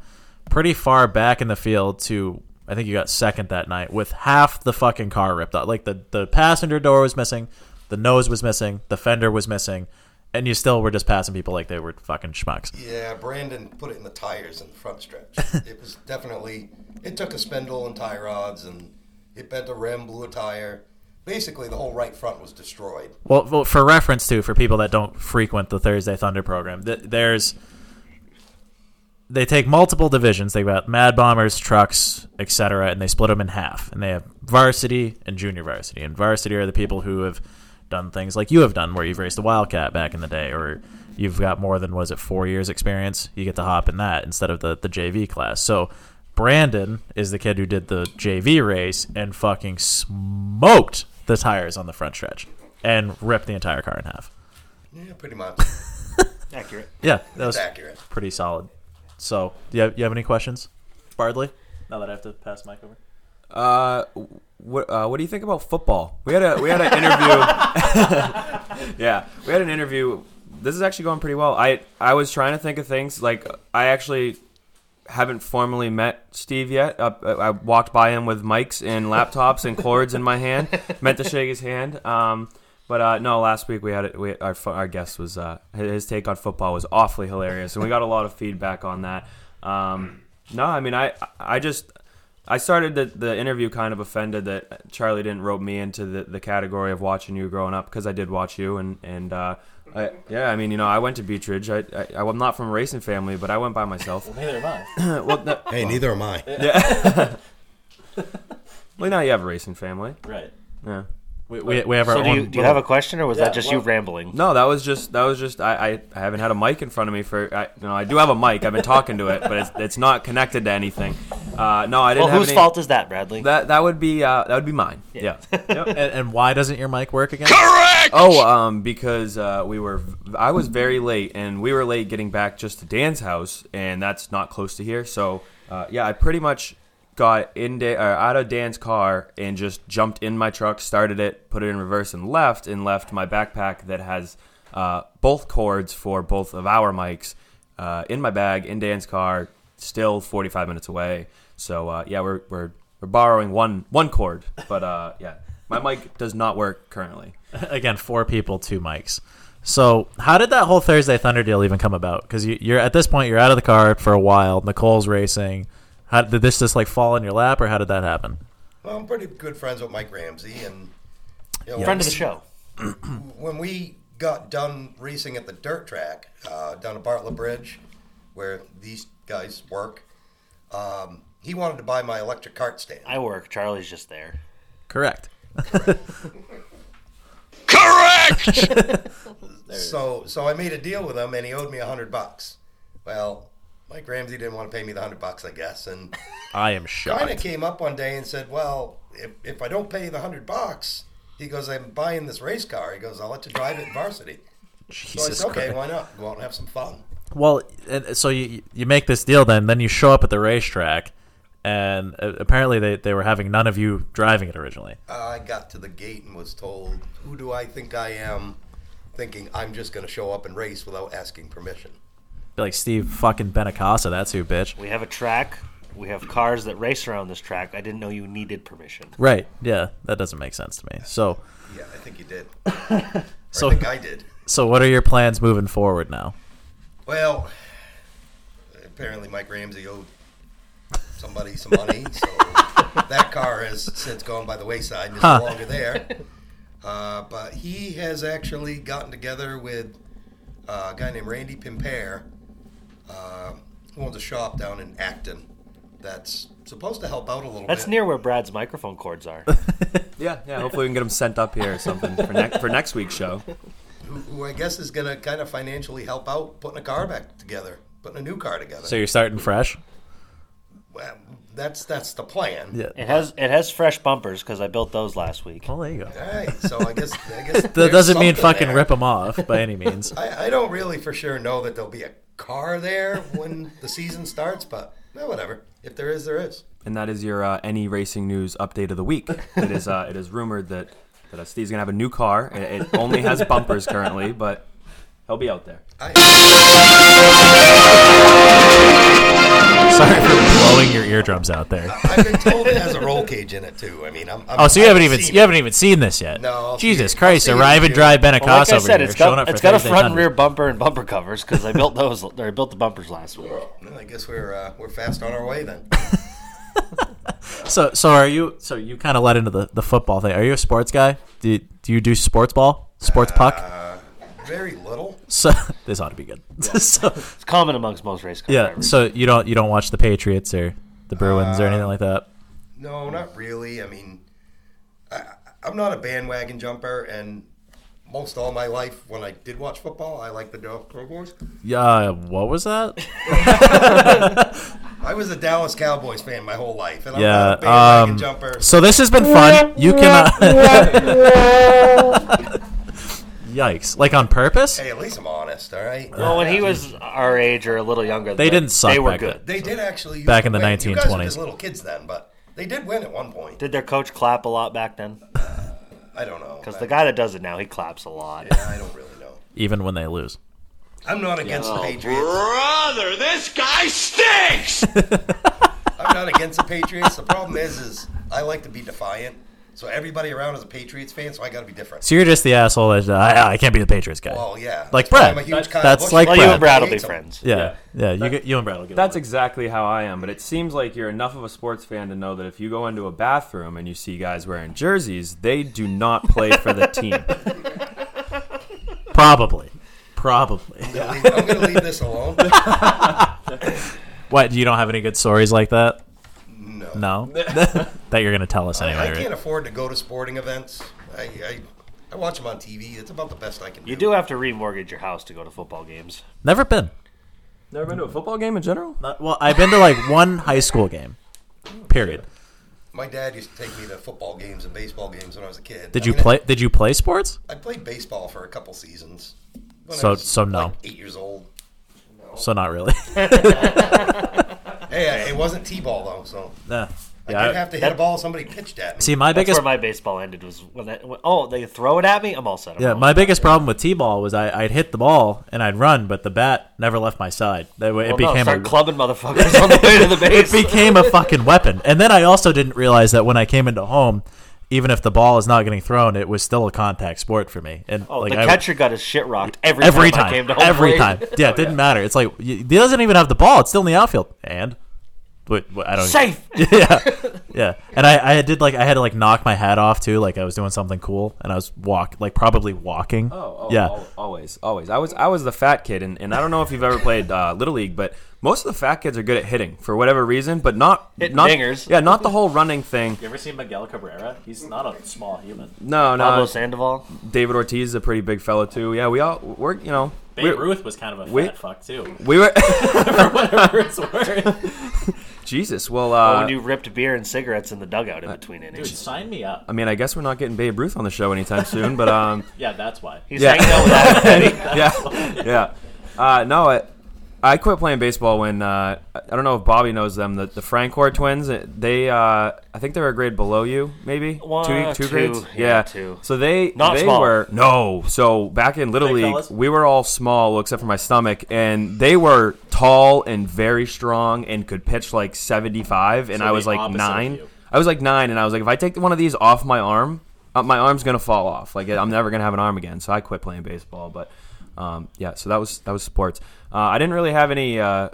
Speaker 11: pretty far back in the field to I think you got second that night with half the fucking car ripped out. Like the the passenger door was missing, the nose was missing, the fender was missing. And you still were just passing people like they were fucking schmucks.
Speaker 6: Yeah, Brandon put it in the tires in the front stretch. it was definitely it took a spindle and tie rods and it bent a rim, blew a tire. Basically, the whole right front was destroyed.
Speaker 11: Well, well, for reference too, for people that don't frequent the Thursday Thunder program, th- there's they take multiple divisions. They've got Mad Bombers, trucks, etc., and they split them in half. And they have varsity and junior varsity. And varsity are the people who have done things like you have done, where you've raced a Wildcat back in the day, or you've got more than was it four years experience. You get to hop in that instead of the the JV class. So. Brandon is the kid who did the JV race and fucking smoked the tires on the front stretch and ripped the entire car in half.
Speaker 6: Yeah, pretty much.
Speaker 1: Accurate.
Speaker 11: Yeah, that was
Speaker 6: accurate.
Speaker 11: pretty solid. So, do you have, you have any questions? Bardley. Now that I have to pass mic over.
Speaker 2: Uh, what uh, what do you think about football? We had a we had an interview. yeah, we had an interview. This is actually going pretty well. I I was trying to think of things like I actually haven't formally met Steve yet. Uh, I walked by him with mics and laptops and cords in my hand. Meant to shake his hand. Um, but uh, no, last week we had it. We, our fu- our guest was uh, his take on football was awfully hilarious, and we got a lot of feedback on that. Um, no, I mean I I just I started the, the interview kind of offended that Charlie didn't rope me into the, the category of watching you growing up because I did watch you and and uh, I, yeah, I mean you know I went to Beechridge. I, I I'm not from a racing family, but I went by myself.
Speaker 11: Neither am I.
Speaker 2: well, no-
Speaker 6: Hey, neither am I.
Speaker 2: yeah. well, now you have a racing family.
Speaker 11: Right.
Speaker 2: Yeah.
Speaker 11: We, we, we have our
Speaker 1: So do
Speaker 11: own.
Speaker 1: you, do you
Speaker 11: little-
Speaker 1: have a question, or was
Speaker 11: Yeah,
Speaker 1: that just
Speaker 11: well-
Speaker 1: you rambling?
Speaker 2: No, that was just that was just I, I, I haven't had a mic in front of me for I, you know I do have a mic. I've been talking to it, but it's, it's not connected to anything. Uh, no, I didn't.
Speaker 1: Well,
Speaker 2: have
Speaker 1: whose
Speaker 2: any-
Speaker 1: fault is that, Bradley?
Speaker 2: That that would be uh, that would be mine. Yeah. Yep.
Speaker 11: and, and why doesn't your mic work again?
Speaker 2: Oh, um, because uh, we were I was very late, and we were late getting back just to Dan's house, and that's not close to here. So uh, yeah, I pretty much got in da- or out of Dan's car and just jumped in my truck, started it, put it in reverse, and left, and left my backpack that has uh, both cords for both of our mics uh, in my bag in Dan's car, still 45 minutes away. So uh, yeah, we're we're we're borrowing one one cord, but uh, yeah, my mic does not work currently.
Speaker 11: again, four people, two mics. So how did that whole Thursday Thunder deal even come about? Because you, you're at this point, you're out of the car for a while. Nicole's racing. How did this just like fall in your lap, or how did that happen?
Speaker 6: Well, I'm pretty good friends with Mike Ramsey, and you know,
Speaker 1: Friend of the show.
Speaker 6: when we got done racing at the dirt track uh, down at Bartlett Bridge, where these guys work, um, he wanted to buy my electric cart stand.
Speaker 1: I work. Charlie's just there.
Speaker 11: Correct.
Speaker 6: So, so I made a deal with him, and he owed me a hundred bucks. Well, Mike Ramsey didn't want to pay me the hundred bucks, I guess, and
Speaker 11: I am
Speaker 6: kind of
Speaker 11: shocked.
Speaker 6: came up one day and said, "Well, if, if I don't pay the hundred bucks, he goes, I'm buying this race car. He goes, I'll let you drive it in varsity." So I
Speaker 11: Jesus
Speaker 6: said, "Okay,
Speaker 11: Christ.
Speaker 6: why not? Go out and have some fun."
Speaker 11: Well, and so you you make this deal, then then you show up at the racetrack, and uh, apparently they, they were having none of you driving it originally.
Speaker 6: I got to the gate and was told, "Who do I think I am?" Thinking I'm just going to show up and race without asking permission.
Speaker 11: Like Steve fucking Benacasa, that's who, bitch.
Speaker 1: We have a track. We have cars that race around this track. I didn't know you needed permission.
Speaker 11: Right? Yeah, that doesn't make sense to me. So
Speaker 6: Yeah, I think you did.
Speaker 11: so
Speaker 6: I think I did.
Speaker 11: so what are your plans moving forward now?
Speaker 6: Well, apparently Mike Ramsey owed somebody some money, so that car has since gone by the wayside and is
Speaker 11: Huh.
Speaker 6: no longer there. Uh, but he has actually gotten together with uh, a guy named Randy Pimpere, uh, who owns a shop down in Acton that's supposed to help out a little
Speaker 1: That's
Speaker 6: bit.
Speaker 1: near where Brad's microphone cords are.
Speaker 2: Yeah, yeah. Hopefully, we can get them sent up here or something for, ne- for next week's show.
Speaker 6: who, who I guess is going to kind of financially help out putting a car back together, putting a new car together.
Speaker 11: So you're starting fresh.
Speaker 6: well, that's that's the plan.
Speaker 11: Yeah.
Speaker 1: It has it has fresh bumpers because I built those last week.
Speaker 11: Well, there you go.
Speaker 6: All right, so I guess I guess
Speaker 11: That
Speaker 6: there's
Speaker 11: doesn't mean
Speaker 6: something
Speaker 11: fucking
Speaker 6: there.
Speaker 11: rip them off by any means.
Speaker 6: I, I don't really for sure know that there'll be a car there when the season starts, but no, whatever. If there is, there is.
Speaker 2: And that is your uh, any racing news update of the week. It is uh, it is rumored that that uh, Steve's gonna have a new car. It, it only has bumpers currently, but he'll be out there.
Speaker 11: Sorry for blowing your eardrums out there.
Speaker 6: I've been told it has a roll cage in it too. I mean, I'm. I'm
Speaker 11: Oh, so you
Speaker 6: I
Speaker 11: haven't even
Speaker 6: seen
Speaker 11: you
Speaker 6: it.
Speaker 11: haven't even seen this yet?
Speaker 6: No, I'll see
Speaker 11: Jesus
Speaker 6: it. I'll
Speaker 11: Christ!
Speaker 6: see it
Speaker 11: Arrive
Speaker 6: in
Speaker 11: and
Speaker 6: June.
Speaker 11: drive Benacasa
Speaker 1: Well, like I
Speaker 11: over
Speaker 1: said,
Speaker 11: here,
Speaker 1: it's
Speaker 11: showing
Speaker 1: got
Speaker 11: up for
Speaker 1: it's got a
Speaker 11: Thursday
Speaker 1: front and
Speaker 11: Thunder.
Speaker 1: rear bumper and bumper covers because I built those or I built the bumpers last week.
Speaker 6: No, I guess we're uh, we're fast on our way then.
Speaker 11: So, so are you? So you kind of led into the, the football thing. Are you a sports guy? Do you, do you do sports ball, sports
Speaker 6: Uh,
Speaker 11: puck?
Speaker 6: Very little.
Speaker 11: So this ought to be good. so
Speaker 1: It's common amongst most race car
Speaker 11: yeah,
Speaker 1: drivers.
Speaker 11: so you don't you don't watch the Patriots or the Bruins or
Speaker 6: Uh,
Speaker 11: anything like that.
Speaker 6: No, not really. I mean, I, I'm not a bandwagon jumper, and most all my life, when I did watch football, I liked the Dallas Cowboys.
Speaker 11: Yeah, what was that?
Speaker 6: I was a Dallas Cowboys fan my whole life, and I'm
Speaker 11: Yeah,
Speaker 6: not a bandwagon
Speaker 11: um,
Speaker 6: jumper.
Speaker 11: So this has been fun. You can. Uh, Yikes! Like on purpose?
Speaker 6: Hey, at least I'm honest, all right?
Speaker 1: Well, when he was our age or a little younger,
Speaker 11: They didn't suck
Speaker 1: They were
Speaker 11: back
Speaker 1: good.
Speaker 11: then.
Speaker 6: They did actually. used
Speaker 11: Back
Speaker 6: to
Speaker 11: in the
Speaker 6: win. You guys were
Speaker 11: 1920s.
Speaker 6: just little kids then, but they did win at one point.
Speaker 1: Did their coach clap a lot back then?
Speaker 6: I don't know.
Speaker 1: Because the guy that does it now, he claps a lot.
Speaker 6: I don't really know.
Speaker 11: Even when they lose.
Speaker 6: I'm not against the
Speaker 1: Oh,
Speaker 6: Patriots.
Speaker 3: Brother, this guy stinks!
Speaker 6: I'm not against the Patriots. The problem is, is I like to be defiant. So everybody around is a Patriots fan, so I got to be different.
Speaker 11: So you're just the asshole that I, I can't be the Patriots guy.
Speaker 6: Well, yeah.
Speaker 11: Like
Speaker 6: That's why
Speaker 11: Brad.
Speaker 6: I'm a huge Kyle
Speaker 11: That's
Speaker 6: Busch
Speaker 11: like
Speaker 6: fan.
Speaker 1: Well, you and
Speaker 11: Brad.
Speaker 1: Brad will be
Speaker 6: Hates him.
Speaker 1: friends.
Speaker 11: yeah, yeah. You,
Speaker 2: That-
Speaker 11: get, you and Brad will get.
Speaker 2: That's
Speaker 11: along.
Speaker 2: exactly how I am, but it seems like you're enough of a sports fan to know that if you go into a bathroom and you see guys wearing jerseys, they do not play for the team.
Speaker 11: probably, probably.
Speaker 6: I'm going to leave this alone.
Speaker 11: What? You don't have any good stories like that?
Speaker 6: No.
Speaker 11: No. that you're gonna tell us
Speaker 6: I
Speaker 11: anyway,
Speaker 6: can't
Speaker 11: right?
Speaker 6: afford to go to sporting events. I, I, I watch them on TV. It's about the best I can do.
Speaker 1: You do have to remortgage your house to go to football games.
Speaker 11: Never been.
Speaker 2: Never been to a football game in general?
Speaker 11: Not- well, I've been to like one high school game. Period.
Speaker 6: My dad used to take me to football games and baseball games when I was a kid.
Speaker 11: Did
Speaker 6: I
Speaker 11: you
Speaker 6: mean, I-
Speaker 11: play? Did you play sports?
Speaker 6: I played baseball for a couple seasons. when I
Speaker 11: So-
Speaker 6: was,
Speaker 11: so no.
Speaker 6: like, eight years old.
Speaker 11: So not really.
Speaker 6: Hey, I- it wasn't t-ball though, so
Speaker 11: Nah.
Speaker 6: I
Speaker 11: Yeah,
Speaker 6: did
Speaker 11: I-
Speaker 6: have to hit a ball somebody pitched at me.
Speaker 11: See, my
Speaker 1: That's
Speaker 11: biggest
Speaker 1: where my baseball ended was when, I, when oh they throw it at me. I'm all set. I'm
Speaker 11: yeah,
Speaker 1: all
Speaker 11: my
Speaker 1: set.
Speaker 11: biggest problem with t-ball was I, I'd hit the ball and I'd run, but the bat never left my side. That way,
Speaker 1: Well,
Speaker 11: it became
Speaker 1: no,
Speaker 11: a
Speaker 1: start clubbing motherfuckers on the way to the
Speaker 11: it
Speaker 1: base.
Speaker 11: became a fucking weapon. And then I also didn't realize that when I came into home, even if the ball is not getting thrown, it was still a contact sport for me. And
Speaker 1: oh,
Speaker 11: like
Speaker 1: the
Speaker 11: I,
Speaker 1: catcher got his shit rocked every,
Speaker 11: every
Speaker 1: time, I
Speaker 11: time,
Speaker 1: came to home Oh,
Speaker 11: every
Speaker 1: plate.
Speaker 11: time, yeah, it didn't matter. It's like y- he doesn't even have the ball; it's still in the outfield. And what, what- I don't
Speaker 1: Safe.
Speaker 11: yeah, yeah. And I, I did like I had to like knock my hat off too, like I was doing something cool, and I was walk like probably walking.
Speaker 2: Oh, oh
Speaker 11: yeah.
Speaker 2: al- always, always. I was I was the fat kid, and, and I don't know if you've ever played uh, little league, but most of the fat kids are good at hitting for whatever reason, but not
Speaker 1: Hitting
Speaker 2: not
Speaker 1: dingers.
Speaker 2: Yeah, not the whole running thing.
Speaker 11: You ever seen Miguel Cabrera? He's not a small human.
Speaker 2: No, no.
Speaker 1: Pablo Sandoval.
Speaker 2: David Ortiz is a pretty big fellow too. Yeah, we all we're you know we,
Speaker 11: Ruth was kind of a
Speaker 2: we- fat
Speaker 11: fuck too,
Speaker 2: we were
Speaker 11: for whatever it's worth.
Speaker 2: Jesus. Well, uh,
Speaker 1: when you ripped beer and cigarettes in the dugout in between innings.
Speaker 11: sign me up.
Speaker 2: I mean, I guess we're not getting Babe Ruth on the show anytime soon, but um,
Speaker 11: Yeah, that's why.
Speaker 1: He's hanging out with Adam Petty.
Speaker 2: yeah, yeah. Uh, no, I, I quit playing baseball when uh, I I don't know if Bobby knows them. The, the Francor twins. They, uh, I think they were a grade below you, maybe
Speaker 1: One,
Speaker 2: two,
Speaker 1: two,
Speaker 2: grades.
Speaker 1: yeah, two.
Speaker 2: So they
Speaker 1: Not
Speaker 2: they
Speaker 1: small.
Speaker 2: were no. So back in little league,
Speaker 11: fellas?
Speaker 2: we were all small except for my stomach, and they were tall and very strong and could pitch like seventy five, and
Speaker 11: So
Speaker 2: I
Speaker 11: the
Speaker 2: was like
Speaker 11: opposite of
Speaker 2: nine.
Speaker 11: you.
Speaker 2: I was like nine, and I was like, if I take one of these off my arm, uh, my arm's gonna fall off. Like I'm never gonna have an arm again. So I quit playing baseball. But um, yeah, so that was that was sports. Uh, I didn't really have any uh,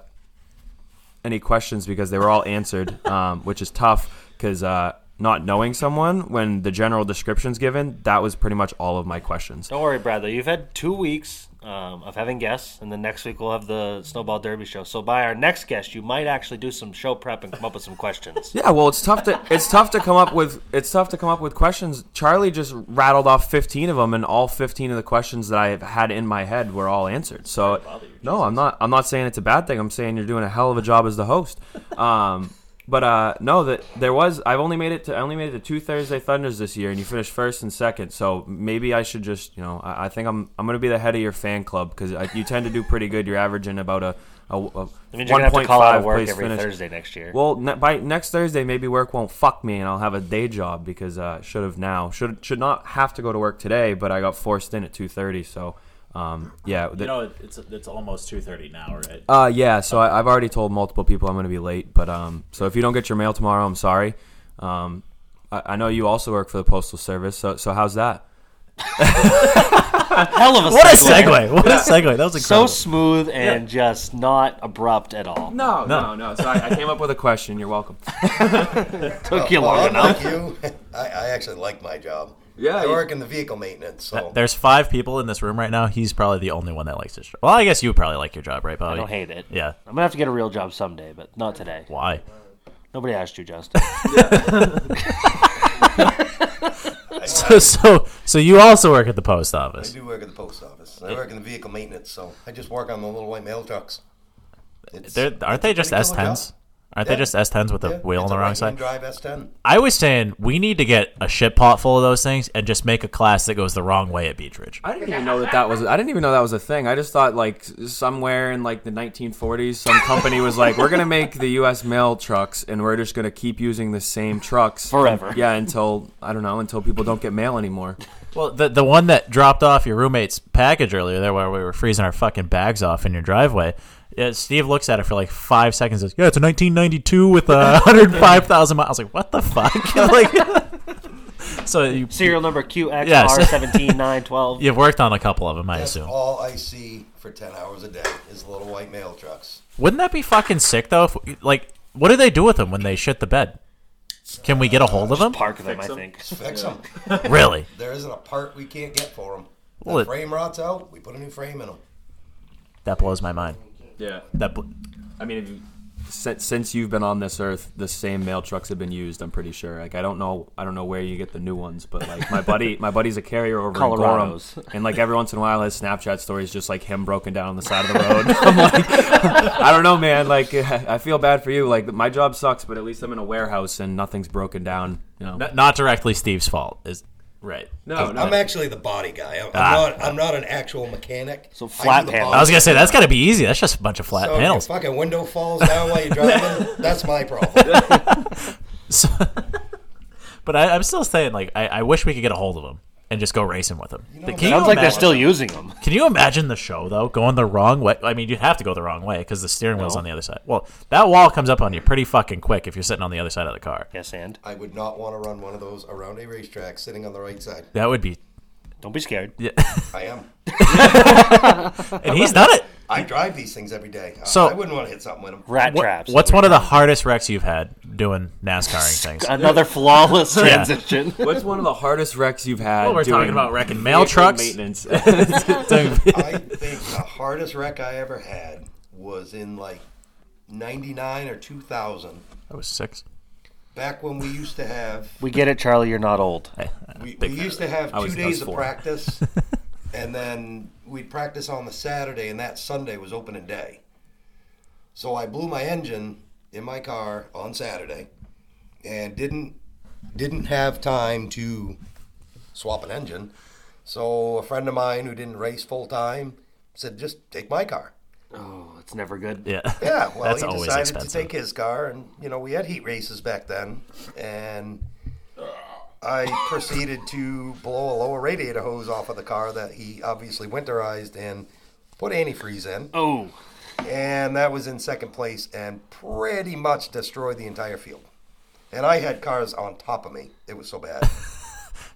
Speaker 2: any questions because they were all answered, um, which is tough because uh, not knowing someone when the general description's given, that was pretty much all of my questions.
Speaker 1: Don't worry, Brad. Though you've had two weeks um, of having guests, and then next week we'll have the Snowball Derby show. So by our next guest, you might actually do some show prep and come up with some questions.
Speaker 2: Yeah, well, it's tough to it's tough to come up with it's tough to come up with questions. Charlie just rattled off 15 of them, and all 15 of the questions that I have had in my head were all answered. So no, I'm not I'm not saying it's a bad thing. I'm saying you're doing a hell of a job as the host. Um, but uh, no, that there was I've only made it to I only made it to two Thursday Thunders this year, and you finished first and second. So maybe I should just you know I, I think I'm I'm gonna be the head of your fan club because you tend to do pretty good. You're averaging about a a, a
Speaker 1: I mean, you're gonna have to call out of work
Speaker 2: 1.5 place
Speaker 1: every
Speaker 2: finish.
Speaker 1: Thursday next year.
Speaker 2: Well, ne- by next Thursday, maybe work won't fuck me, and I'll have a day job because uh, should have now should should not have to go to work today, but I got forced in at two thirty. So, um, yeah, th-
Speaker 11: it's it's almost two thirty now, right?
Speaker 2: uh, yeah. So I, I've already told multiple people I'm going to be late, but um, so if you don't get your mail tomorrow, I'm sorry. Um, I, I know you also work for the postal service, so so how's that?
Speaker 1: Hell of a
Speaker 11: What a segue! What a segue! That was
Speaker 1: So
Speaker 11: incredible.
Speaker 1: smooth and just not abrupt at all.
Speaker 2: No, no, no. So I, I came up with a question. You're welcome.
Speaker 1: Took you
Speaker 6: Well,
Speaker 1: long enough.
Speaker 6: unlike Oh, you, I, I actually like my job.
Speaker 2: Yeah,
Speaker 6: I
Speaker 2: you-
Speaker 6: work in the vehicle maintenance, so
Speaker 11: There's five people in this room right now. He's probably the only one that likes his job. Well, I guess you probably like your job, right,
Speaker 1: I
Speaker 11: Bobby?
Speaker 1: don't hate it.
Speaker 11: Yeah.
Speaker 1: I'm gonna have to get a real job someday, but not today.
Speaker 11: Why?
Speaker 1: Nobody asked you, Justin.
Speaker 11: So, so, so you also work at the post
Speaker 6: I
Speaker 11: office.
Speaker 6: do work at the post office. I work in the vehicle maintenance, so I just work on the little white mail trucks. It's,
Speaker 11: They're, aren't they just
Speaker 6: pretty
Speaker 11: S
Speaker 6: cool
Speaker 11: tens?
Speaker 6: job.
Speaker 11: Aren't
Speaker 6: Yeah.
Speaker 11: they just S10s with the
Speaker 6: Yeah,
Speaker 11: wheel on
Speaker 6: it's
Speaker 11: the
Speaker 6: a right-hand
Speaker 11: wrong side?
Speaker 6: Drive S10.
Speaker 11: I was saying we need to get a shit pot full of those things and just make a class that goes the wrong way at Beach Ridge.
Speaker 2: I didn't even know that that was. I didn't even know that was a thing. I just thought like somewhere in like the 1940s, some company was like, "We're gonna make the U.S. mail trucks, and we're just gonna keep using the same trucks
Speaker 1: Forever.
Speaker 2: Yeah, until I don't know, until people don't get mail anymore.
Speaker 11: Well, the the one that dropped off your roommate's package earlier there, where we were freezing our fucking bags off in your driveway. Yeah, Steve looks at it for like five seconds. And goes, yeah, it's a 1992 with uh, 105,000 miles. I was like, what the fuck? like, so you
Speaker 1: Serial number QXR
Speaker 11: Yes.
Speaker 1: seventeen nine twelve.
Speaker 11: you've worked on a couple of them, I
Speaker 6: That's
Speaker 11: assume.
Speaker 6: all I see for 10 hours a day is little white mail trucks.
Speaker 11: Wouldn't that be fucking sick though? If, like, what do they do with them when they shit the bed? Can we get a hold of them?
Speaker 1: Park them, I think.
Speaker 6: Fix 'em.
Speaker 11: Really?
Speaker 6: There isn't a part we can't get for them. The
Speaker 11: Well, it-
Speaker 6: frame rots out, we put a new frame in them.
Speaker 11: That blows my mind.
Speaker 2: Yeah,
Speaker 11: That bl-
Speaker 2: I mean, if you, since, since you've been on this earth, the same mail trucks have been used. I'm pretty sure. Like, I don't know, I don't know where you get the new ones, but like my buddy, my buddy's a carrier over
Speaker 1: Colorado's.
Speaker 2: in Gorham, and like every once in a while, his Snapchat stories just like him broken down on the side of the road. I'm like, I don't know, man. Like, I feel bad for you. Like, my job sucks, but at least I'm in a warehouse and nothing's broken down. You know?
Speaker 11: n- not directly Steve's fault is right.
Speaker 2: no, no.
Speaker 6: I'm actually the body guy. I'm, I'm
Speaker 11: Ah.
Speaker 6: not, I'm not an actual mechanic. So
Speaker 1: flat panel.
Speaker 11: I was gonna say that's got to be easy. That's just a bunch of flat
Speaker 6: so if your
Speaker 11: panels.
Speaker 6: fucking window falls down while you're driving, that's my problem.
Speaker 11: But I, I'm still saying, like, I, I wish we could get a hold of them and just go racing with them. can, you
Speaker 1: Sounds like they're
Speaker 11: imagine,
Speaker 1: still using them.
Speaker 11: can you imagine the show though going the wrong way? I mean, you'd have to go the wrong way because the steering wheel's on the other side. Well, that wall comes up on you pretty fucking quick if you're sitting on the other side of the car.
Speaker 1: Yes, and
Speaker 6: I would not want to run one of those around a racetrack sitting on the right side.
Speaker 11: That would be,
Speaker 1: don't be scared.
Speaker 6: I am.
Speaker 11: and he's done it.
Speaker 6: I drive these things every day. I-
Speaker 11: So-
Speaker 6: I wouldn't want to hit something with them.
Speaker 1: Rat
Speaker 11: What-
Speaker 1: traps.
Speaker 11: what's one of the hardest wrecks you've had doing NASCARing things?
Speaker 1: Another flawless transition.
Speaker 2: What's one of the hardest wrecks you've had?
Speaker 11: Well, we're
Speaker 2: doing
Speaker 11: talking about wrecking mail
Speaker 2: vehicle
Speaker 11: trucks.
Speaker 2: Maintenance.
Speaker 6: I think the hardest wreck I ever had was in like 99 or 2000,
Speaker 11: That was six.
Speaker 6: back when we used to have
Speaker 1: We get it, Charlie. You're not old.
Speaker 6: we, we used to have
Speaker 2: I was-
Speaker 6: two
Speaker 2: I was
Speaker 6: days of
Speaker 2: four.
Speaker 6: practice, and then we'd practice on the Saturday, and that Sunday was opening day. So I blew my engine in my car on Saturday, and didn't didn't have time to swap an engine. So a friend of mine who didn't race full time said, "Just take my car."
Speaker 1: Oh, it's never good.
Speaker 11: Yeah.
Speaker 6: Yeah, well,
Speaker 11: That's
Speaker 6: he
Speaker 11: always
Speaker 6: decided
Speaker 11: expensive.
Speaker 6: to take his car, and you know we had heat races back then, and I proceeded to blow a lower radiator hose off of the car that he obviously winterized and put antifreeze in,
Speaker 1: Oh,
Speaker 6: and that was in second place and pretty much destroyed the entire field. And I had cars on top of me; it was so bad.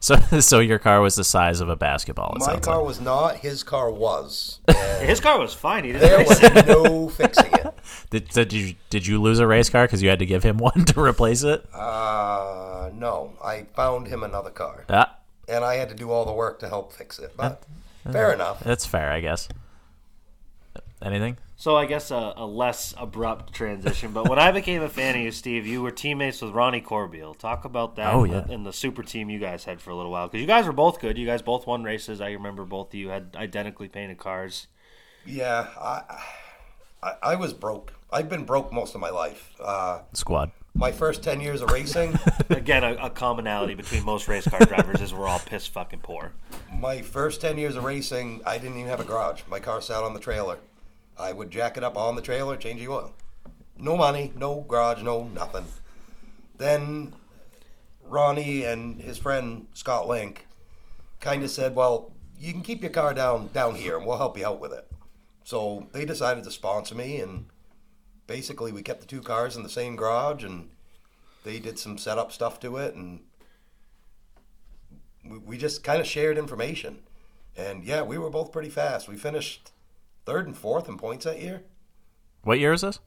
Speaker 11: So, so your car was the size of a basketball. It
Speaker 6: My
Speaker 11: sounds
Speaker 6: car
Speaker 11: like.
Speaker 6: was not; his car was.
Speaker 1: his car was fine. He
Speaker 6: There
Speaker 1: didn't.
Speaker 6: was no fixing it.
Speaker 11: Did, did you did you lose a race car because you had to give him one to replace it?
Speaker 6: Uh, no, I found him another car.
Speaker 11: Ah,
Speaker 6: and I had to do all the work to help fix it. But fair enough.
Speaker 11: That's fair, I guess. Anything?
Speaker 1: So I guess a, a less abrupt transition. But when I became a fan of you, Steve, you were teammates with Ronnie Corbeil. Talk about that.
Speaker 11: Oh,
Speaker 1: in the-
Speaker 11: yeah.
Speaker 1: In the super team you guys had for a little while, because you guys were both good. You guys both won races. I remember both of you had identically painted cars.
Speaker 6: Yeah, I, I, I was broke. I've been broke most of my life. Uh,
Speaker 11: Squad.
Speaker 6: my first ten years of racing,
Speaker 1: Again, a, a commonality between most race car drivers is we're all piss fucking poor.
Speaker 6: my first ten years of racing, I didn't even have a garage. My car sat on the trailer. I would jack it up on the trailer, change the oil. No money, no garage, no nothing. Then Ronnie and his friend Scott Link kind of said, "Well, you can keep your car down down here, and we'll help you out with it." So they decided to sponsor me, and basically we kept the two cars in the same garage, and they did some setup stuff to it, and we, we just kind of shared information. And yeah, we were both pretty fast. We finished third and fourth in points that year.
Speaker 11: What year was this?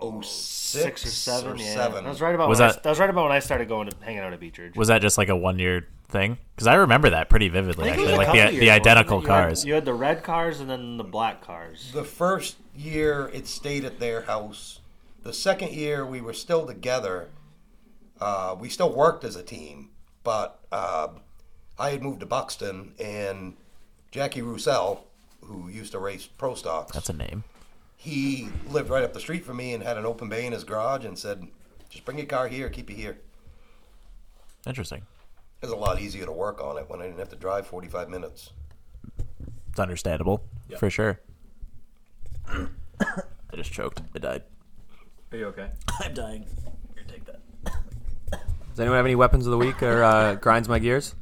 Speaker 6: Oh,
Speaker 1: Six or seven. yeah, that was right about.
Speaker 11: Was
Speaker 1: when I,
Speaker 11: that-
Speaker 1: that was right about when I started going to hanging out at Beach Ridge.
Speaker 11: Was that just like a one year thing? Because I remember that pretty vividly,
Speaker 1: think it was
Speaker 11: actually.
Speaker 1: a
Speaker 11: Like
Speaker 1: couple
Speaker 11: the,
Speaker 1: years,
Speaker 11: the
Speaker 1: wasn't it?
Speaker 11: identical
Speaker 1: You had-
Speaker 11: cars.
Speaker 1: you had the red cars and then the black cars.
Speaker 6: The first year it stayed at their house. The second year we were still together. Uh, we still worked as a team, but uh, I had moved to Buxton and Jackie Roussel, who used to race pro stocks,
Speaker 11: That's a name.
Speaker 6: he lived right up the street from me and had an open bay in his garage and said, just bring your car here, keep it here.
Speaker 11: Interesting.
Speaker 6: It was a lot easier to work on it when I didn't have to drive 45 minutes.
Speaker 11: It's understandable for sure. I just choked. I died.
Speaker 2: Are you okay?
Speaker 11: I'm dying. Here, take that.
Speaker 2: Does anyone have any weapons of the week or uh, grinds my gears?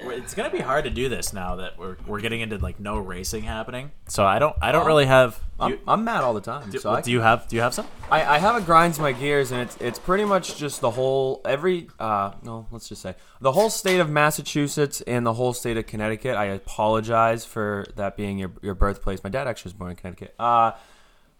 Speaker 11: It's gonna be hard to do this now that we're we're getting into like no racing happening. So I don't I don't really have.
Speaker 2: I'm,
Speaker 11: you-
Speaker 2: I'm mad all the time.
Speaker 11: do,
Speaker 2: so I
Speaker 11: do you have Do you have some?
Speaker 2: I, I have a grinds my gears, and it's it's pretty much just the whole every uh no let's just say the whole state of Massachusetts and the whole state of Connecticut. I apologize for that being your your birthplace. My dad actually was born in Connecticut. Uh,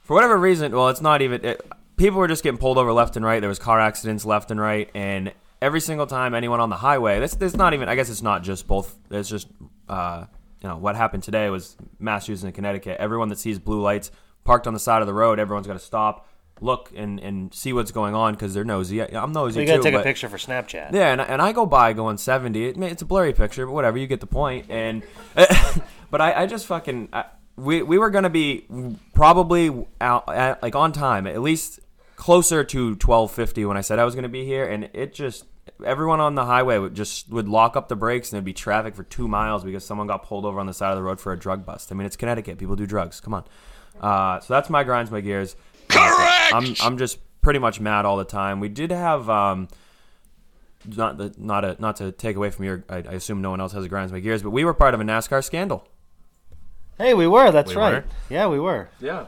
Speaker 2: for whatever reason, well, it's not even. It, people were just getting pulled over left and right. There was car accidents left and right, and every single time anyone on the highway. That's that's not even. I guess it's not just both. It's just uh, you know what happened today was Massachusetts and Connecticut. Everyone that sees blue lights parked on the side of the road, everyone's got to stop, look, and and see what's going on because they're nosy. I- I'm nosy
Speaker 1: We gotta
Speaker 2: too,
Speaker 1: take a
Speaker 2: but-
Speaker 1: picture for Snapchat.
Speaker 2: yeah, and, and I go by going 70. It, it's a blurry picture, but whatever, you get the point. And but I, I just fucking I, we we were gonna be probably out at, like on time, at least closer to 12:50 when I said I was gonna be here, and it just everyone on the highway would just would lock up the brakes and there'd be traffic for two miles because someone got pulled over on the side of the road for a drug bust. I mean, it's Connecticut; people do drugs. Come on. Uh, so that's my grinds my gears. Correct. I'm I'm just pretty much mad all the time. We did have um, not the, not a not to take away from your. I, I assume no one else has a grinds my gears, but we were part of a NASCAR scandal.
Speaker 1: Hey, we were. That's
Speaker 11: We
Speaker 1: right.
Speaker 11: were?
Speaker 1: Yeah, we were.
Speaker 2: Yeah.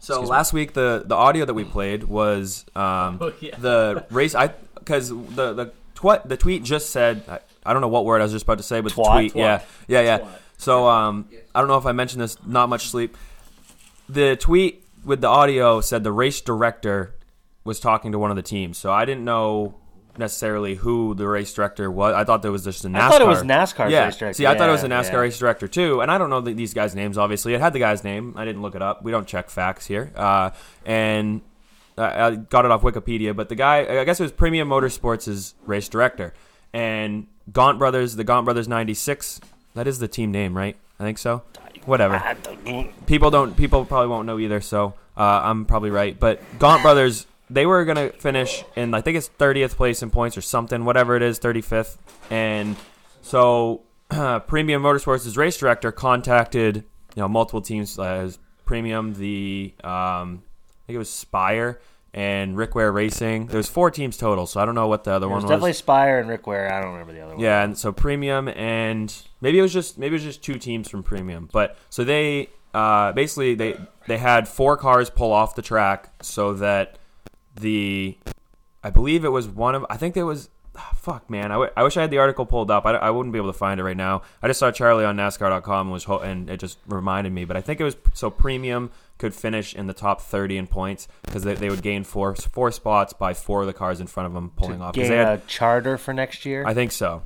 Speaker 2: So last week the the audio that we played was um,
Speaker 1: Oh,
Speaker 2: the race. I because the the tw- the tweet just said I, I don't know what word I was just about to say, but
Speaker 1: Twat.
Speaker 2: the tweet. Yeah, yeah, yeah. So um, I don't know if I mentioned this. Not much sleep. The tweet with the audio said the race director was talking to one of the teams. So I didn't know necessarily who the race director was. I thought there was just a NASCAR.
Speaker 1: I thought it was NASCAR's
Speaker 2: yeah.
Speaker 1: race director.
Speaker 2: See, I thought it was a
Speaker 1: Yeah,
Speaker 2: NASCAR
Speaker 1: yeah.
Speaker 2: race director too, and I don't know the, these guys' names. Obviously, it had the guy's name. I didn't look it up. We don't check facts here. Uh, and I, I got it off Wikipedia, but the guy, I guess it was Premium Motorsports' race director, and Gaunt Brothers, the Gaunt Brothers '96. That is the team name, right? I think so. Whatever people don't people probably won't know either so uh, i'm probably right but gaunt brothers they were gonna finish in i think it's 30th place in points or something whatever it is 35th and so premium motorsports' race director contacted you know multiple teams uh, as premium the um, i think it was spire and Rickware Racing. There was four teams total, so I don't know what the other
Speaker 1: It
Speaker 2: one
Speaker 1: was
Speaker 2: was.
Speaker 1: definitely Spire and Rick Ware. I don't remember the other one.
Speaker 2: Yeah, and so premium and maybe it was just maybe it was just two teams from premium. But so they uh, basically they they had four cars pull off the track so that the I believe it was one of I think it was ah, fuck man I, w- I wish I had the article pulled up I, I wouldn't be able to find it right now I just saw Charlie on NASCAR.com and was ho- and it just reminded me but I think it was so premium could finish in the top 30 in points because they, they would gain four four spots by four of the cars in front of them pulling off 'Cause
Speaker 1: Gain
Speaker 2: they had,
Speaker 1: a charter for next year.
Speaker 2: I think so.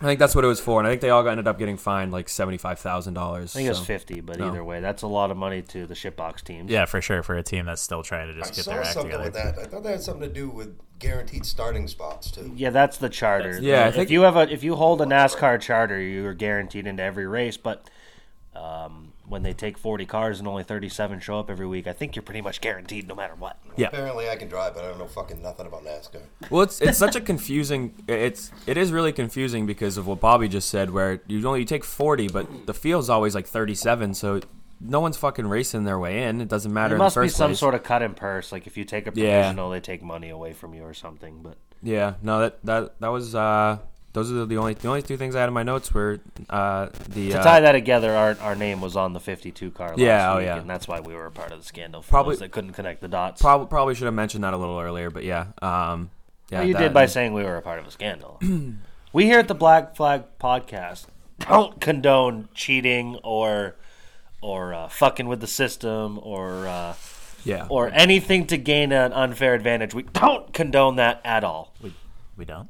Speaker 2: I think that's what it was for, and I think they all got ended up getting fined like seventy five thousand dollars.
Speaker 1: I think it was 50, but
Speaker 2: no.
Speaker 1: either way, that's a lot of money to the shitbox teams.
Speaker 11: Yeah, for sure. For a team that's still trying to just
Speaker 6: I
Speaker 11: get
Speaker 6: saw
Speaker 11: their act
Speaker 6: something
Speaker 11: together.
Speaker 6: with that. I thought that had something to do with guaranteed starting spots, too.
Speaker 1: Yeah, that's the charter.
Speaker 2: yeah, I
Speaker 1: if
Speaker 2: think-
Speaker 1: you have a if you hold a NASCAR charter, you are guaranteed into every race. But um, when they take forty cars and only thirty seven show up every week, I think you're pretty much guaranteed no matter what.
Speaker 2: Yeah.
Speaker 6: Apparently, I can drive, but I don't know fucking nothing about NASCAR.
Speaker 2: Well, it's it's such a confusing. It's it is really confusing because of what Bobby just said, where you only you take forty, but the field's always like thirty seven, so no one's fucking racing their way in. It doesn't matter.
Speaker 1: There must
Speaker 2: in the
Speaker 1: be
Speaker 2: first
Speaker 1: some
Speaker 2: place.
Speaker 1: sort of cut in purse. Like if you take a
Speaker 2: Yeah.
Speaker 1: provisional, they take money away from you or something. But
Speaker 2: Yeah, no, that that that was. Uh, those are the only the only two things I had in my notes were uh, the
Speaker 1: to
Speaker 2: uh,
Speaker 1: tie that together, our, our name was on the fifty two car. Last
Speaker 2: Yeah, oh,
Speaker 1: week,
Speaker 2: yeah.
Speaker 1: and that's why we were a part of the scandal. For
Speaker 2: Probably-
Speaker 1: those that couldn't connect the dots.
Speaker 2: probably probably should have mentioned that a little earlier, but yeah, um, yeah,
Speaker 1: you
Speaker 2: that-
Speaker 1: did by saying we were a part of a scandal. we here at the Black Flag Podcast don't condone cheating or or uh, fucking with the system or uh,
Speaker 2: yeah
Speaker 1: or anything to gain an unfair advantage. We don't condone that at all.
Speaker 11: We don't.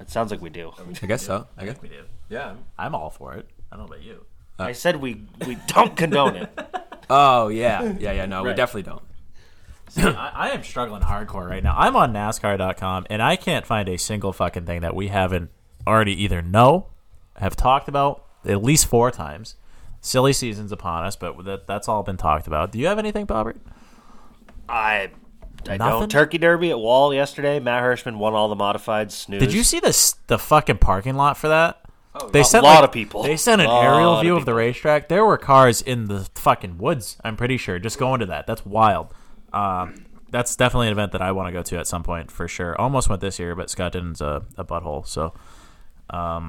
Speaker 1: It sounds like we do.
Speaker 2: I guess so. I guess
Speaker 11: do. Yeah. I'm all for it. I don't know about you.
Speaker 1: I said we we don't condone it.
Speaker 2: Oh yeah, yeah, yeah. No, we
Speaker 11: Right.
Speaker 2: definitely don't.
Speaker 11: I, I am struggling hardcore right now. I'm on NASCAR.com and I can't find a single fucking thing that we haven't already either know, have talked about at least four times, silly season's upon us, but that, that's all been talked about. Do you have anything, Bobbert?
Speaker 1: I, I
Speaker 11: Nothing?
Speaker 1: don't. Turkey Derby at Wall yesterday. Matt Hirschman won all the modified snooze.
Speaker 11: Did you see the s- the fucking parking lot for that? Oh, they
Speaker 1: A
Speaker 11: sent
Speaker 1: lot
Speaker 11: like-
Speaker 1: of people.
Speaker 11: They sent an
Speaker 1: Lot
Speaker 11: aerial
Speaker 1: of
Speaker 11: view of the
Speaker 1: people.
Speaker 11: racetrack. There were cars in the fucking woods. I'm pretty sure. Just going to that. That's wild. Um, that's definitely an event that I want to go to at some point for sure. Almost went this year, but Scott Denton's a, a butthole. So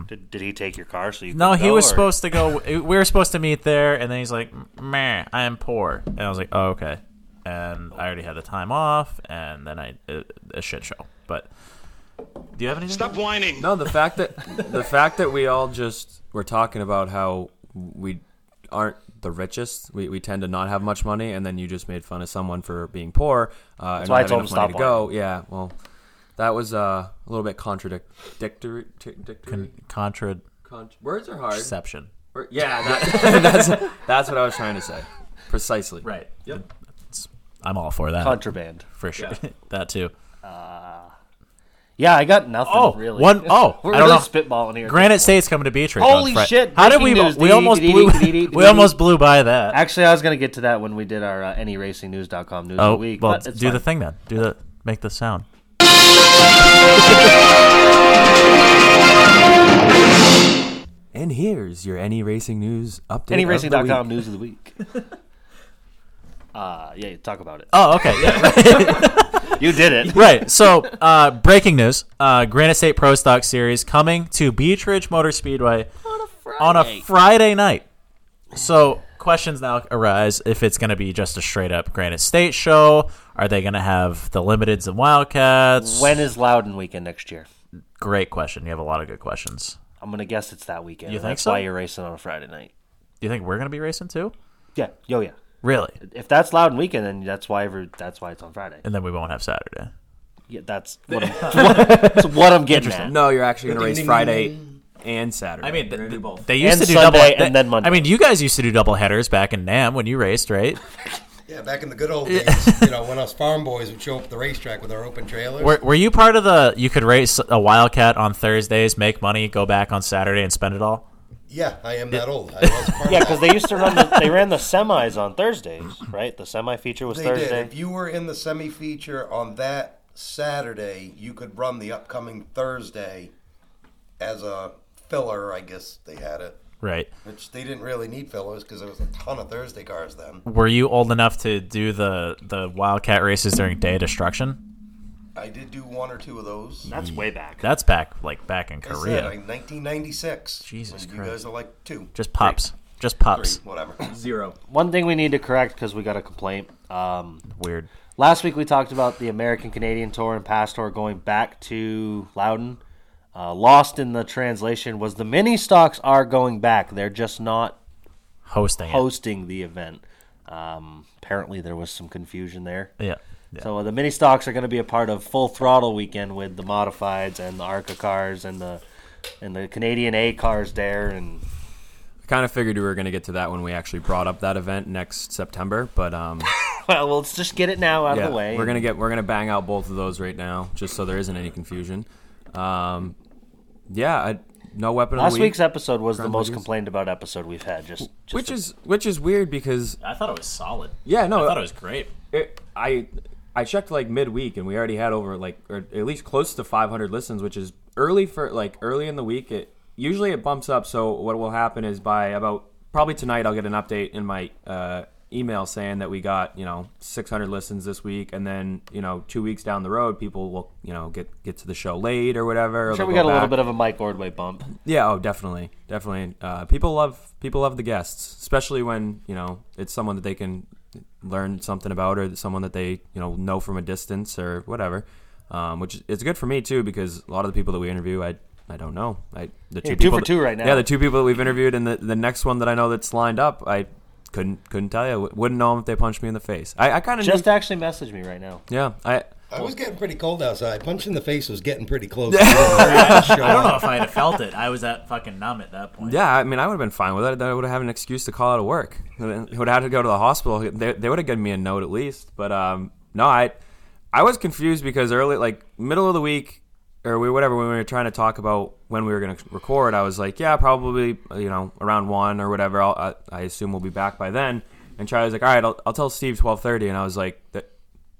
Speaker 1: Did, did he take your car so you?
Speaker 11: no,
Speaker 1: could
Speaker 11: he
Speaker 1: go,
Speaker 11: was
Speaker 1: or-
Speaker 11: supposed to go. We were supposed to meet there, and then he's like, "Meh, I am poor," and I was like, "Oh, okay." And I already had the time off, and then I a, a shit show. But do you have anything?
Speaker 3: Stop whining.
Speaker 2: No, the fact that the fact that we all just were talking about how we aren't the richest, we, we tend to not have much money, and then you just made fun of someone for being poor. Uh, That's
Speaker 1: why I told him stop
Speaker 2: go. Yeah, well, that was uh, a little bit contradictory. T- dictory?
Speaker 11: Contraception.
Speaker 2: Con- words are hard. Wor- yeah, that, that's that's what I was trying to say. Precisely.
Speaker 11: Right. Yep. I'm all for that
Speaker 1: contraband.
Speaker 11: for sure. that too.
Speaker 1: Yeah, I got nothing.
Speaker 11: Oh,
Speaker 1: really.
Speaker 11: one- oh,
Speaker 1: we're
Speaker 11: I don't
Speaker 1: really
Speaker 11: know.
Speaker 1: spitballing here. at
Speaker 11: Granite
Speaker 1: this point.
Speaker 11: State's coming to Beatrice.
Speaker 1: Holy
Speaker 11: on Fri-
Speaker 1: shit,
Speaker 11: How did we?
Speaker 1: breaking news.
Speaker 11: We almost blew. we almost blew by that.
Speaker 1: Actually, I was going to get to that when we did our uh, anyracingnews.com news
Speaker 11: Oh
Speaker 1: of the week.
Speaker 11: well,
Speaker 1: but
Speaker 11: do
Speaker 1: it's
Speaker 11: the
Speaker 1: fine.
Speaker 11: thing then. Do the make the sound.
Speaker 2: And here's your Any Racing News update. of the
Speaker 1: anyracing.com
Speaker 2: week.
Speaker 1: news of the week. uh, yeah, talk about it.
Speaker 11: Oh, okay. Yeah, right.
Speaker 1: You did it.
Speaker 11: right. So, uh, breaking news: uh, Granite State Pro Stock Series coming to Beach Ridge Motor Speedway on a Friday, night. So, questions now arise: if it's going to be just a straight up Granite State show, are they going to have the Limiteds and Wildcats?
Speaker 1: When is Loudon weekend next year?
Speaker 11: Great question. You have a lot of good questions.
Speaker 1: I'm going to guess it's that weekend.
Speaker 11: You
Speaker 1: and
Speaker 11: think
Speaker 1: that's
Speaker 11: so?
Speaker 1: why you're racing on a Friday night.
Speaker 11: Do you think we're going to be racing too?
Speaker 1: Yeah. Yo, yeah.
Speaker 11: Really?
Speaker 1: If that's Loudon weekend, then that's why every, that's why it's on Friday.
Speaker 11: And then we won't have Saturday.
Speaker 1: Yeah, that's what I'm, that's what I'm getting at.
Speaker 2: No, you're actually going to race Friday and Saturday.
Speaker 11: I mean,
Speaker 2: You're gonna
Speaker 11: th-
Speaker 2: do both.
Speaker 11: they used
Speaker 1: And
Speaker 11: to do
Speaker 1: Sunday
Speaker 11: double
Speaker 1: and
Speaker 11: they-
Speaker 1: then Monday.
Speaker 11: I mean, you guys used to do double headers back in Nam when you raced, right?
Speaker 6: Yeah, back in the good old days, you know, when us farm boys would show up at the racetrack with our open trailers.
Speaker 11: Were, were you part of the you could race a wildcat on Thursdays, make money, go back on Saturday and spend it all?
Speaker 6: yeah, I am that old. I was a farm
Speaker 1: Yeah,
Speaker 6: boy.
Speaker 1: because they used to run. The, they ran the semis on Thursdays, right? The semi feature was
Speaker 6: They
Speaker 1: Thursday.
Speaker 6: did. If you were in the semi feature on that Saturday, you could run the upcoming Thursday as a filler, I guess they had it.
Speaker 11: Right.
Speaker 6: Which they didn't really need fillers because there was a ton of Thursday cars then.
Speaker 11: Were you old enough to do the the wildcat races during Day of Destruction?
Speaker 6: I did do one or two of those.
Speaker 1: That's way back.
Speaker 11: That's back like back in
Speaker 6: I said,
Speaker 11: Korea.
Speaker 6: like 1996.
Speaker 11: Jesus
Speaker 6: when
Speaker 11: Christ.
Speaker 6: You guys are like two,
Speaker 11: Just pops. Just pops.
Speaker 6: three, whatever.
Speaker 2: Zero.
Speaker 1: One thing we need to correct because we got a complaint. Um,
Speaker 11: Weird.
Speaker 1: last week we talked about the American Canadian Tour and Pastor going back to Loudon. Uh, lost in the translation was the mini stocks are going back. They're just not
Speaker 11: Hosting it.
Speaker 1: hosting the event. Um, apparently there was some confusion there.
Speaker 11: Yeah. yeah.
Speaker 1: So uh, the mini stocks are going to be a part of full throttle weekend with the modifieds and the ARCA cars and the and the Canadian A cars there and
Speaker 2: I kind of figured we were going to get to that when we actually brought up that event next September, but um,
Speaker 1: well, well, let's just get it now out
Speaker 2: yeah,
Speaker 1: of the way.
Speaker 2: we're gonna get we're gonna bang out both of those right now, just so there isn't any confusion. Um, yeah, I, no weapon of
Speaker 1: Last
Speaker 2: the week,
Speaker 1: week's episode was the
Speaker 2: Grand
Speaker 1: most
Speaker 2: Prix.
Speaker 1: complained about episode we've had. Just, just
Speaker 2: which
Speaker 1: the-
Speaker 2: is which is weird because
Speaker 11: I thought it was solid.
Speaker 2: yeah, no,
Speaker 11: I thought it was great.
Speaker 2: it- I I checked like midweek and we already had over like or at least close to 500 listens, which is early for like early in the week. It usually it bumps up. So what will happen is by about probably tonight I'll get an update in my uh, email saying that we got you know 600 listens this week, and then you know two weeks down the road people will you know get get to the show late or whatever. or
Speaker 1: sure
Speaker 2: they'll
Speaker 1: we
Speaker 2: go
Speaker 1: got a little
Speaker 2: back.
Speaker 1: bit of a Mike Ordway bump.
Speaker 2: Yeah, oh, definitely, definitely. Uh, people love people love the guests, especially when you know it's someone that they can learn something about, or someone that they you know know from a distance, or whatever. Um, which is good for me too, because a lot of the people that we interview, I I don't know. I the two
Speaker 1: You're two
Speaker 2: people
Speaker 1: for
Speaker 2: that-
Speaker 1: two right now.
Speaker 2: Yeah, the two people that we've interviewed, and the, the next one that I know that's lined up, I couldn't couldn't tell you. W- Wouldn't know them if they punched me in the face. I, I kind of
Speaker 1: Just actually message me right now.
Speaker 2: yeah. I
Speaker 6: I was getting pretty cold outside. Punch in the face was getting pretty close. I
Speaker 11: I don't know if I had felt it. I was that fucking numb at that point.
Speaker 2: Yeah, I mean, I would have been fine with it. I would have had an excuse to call out of work. I would have had to go to the hospital. They, they would have given me a note at least. But um, no, I I was confused because early, like middle of the week, or we whatever when we were trying to talk about when we were going to record, I was like, yeah, probably you know around one or whatever. I'll, I, I assume we'll be back by then. And Charlie's like, all right, I'll, I'll tell Steve twelve thirty. And I was like, "That-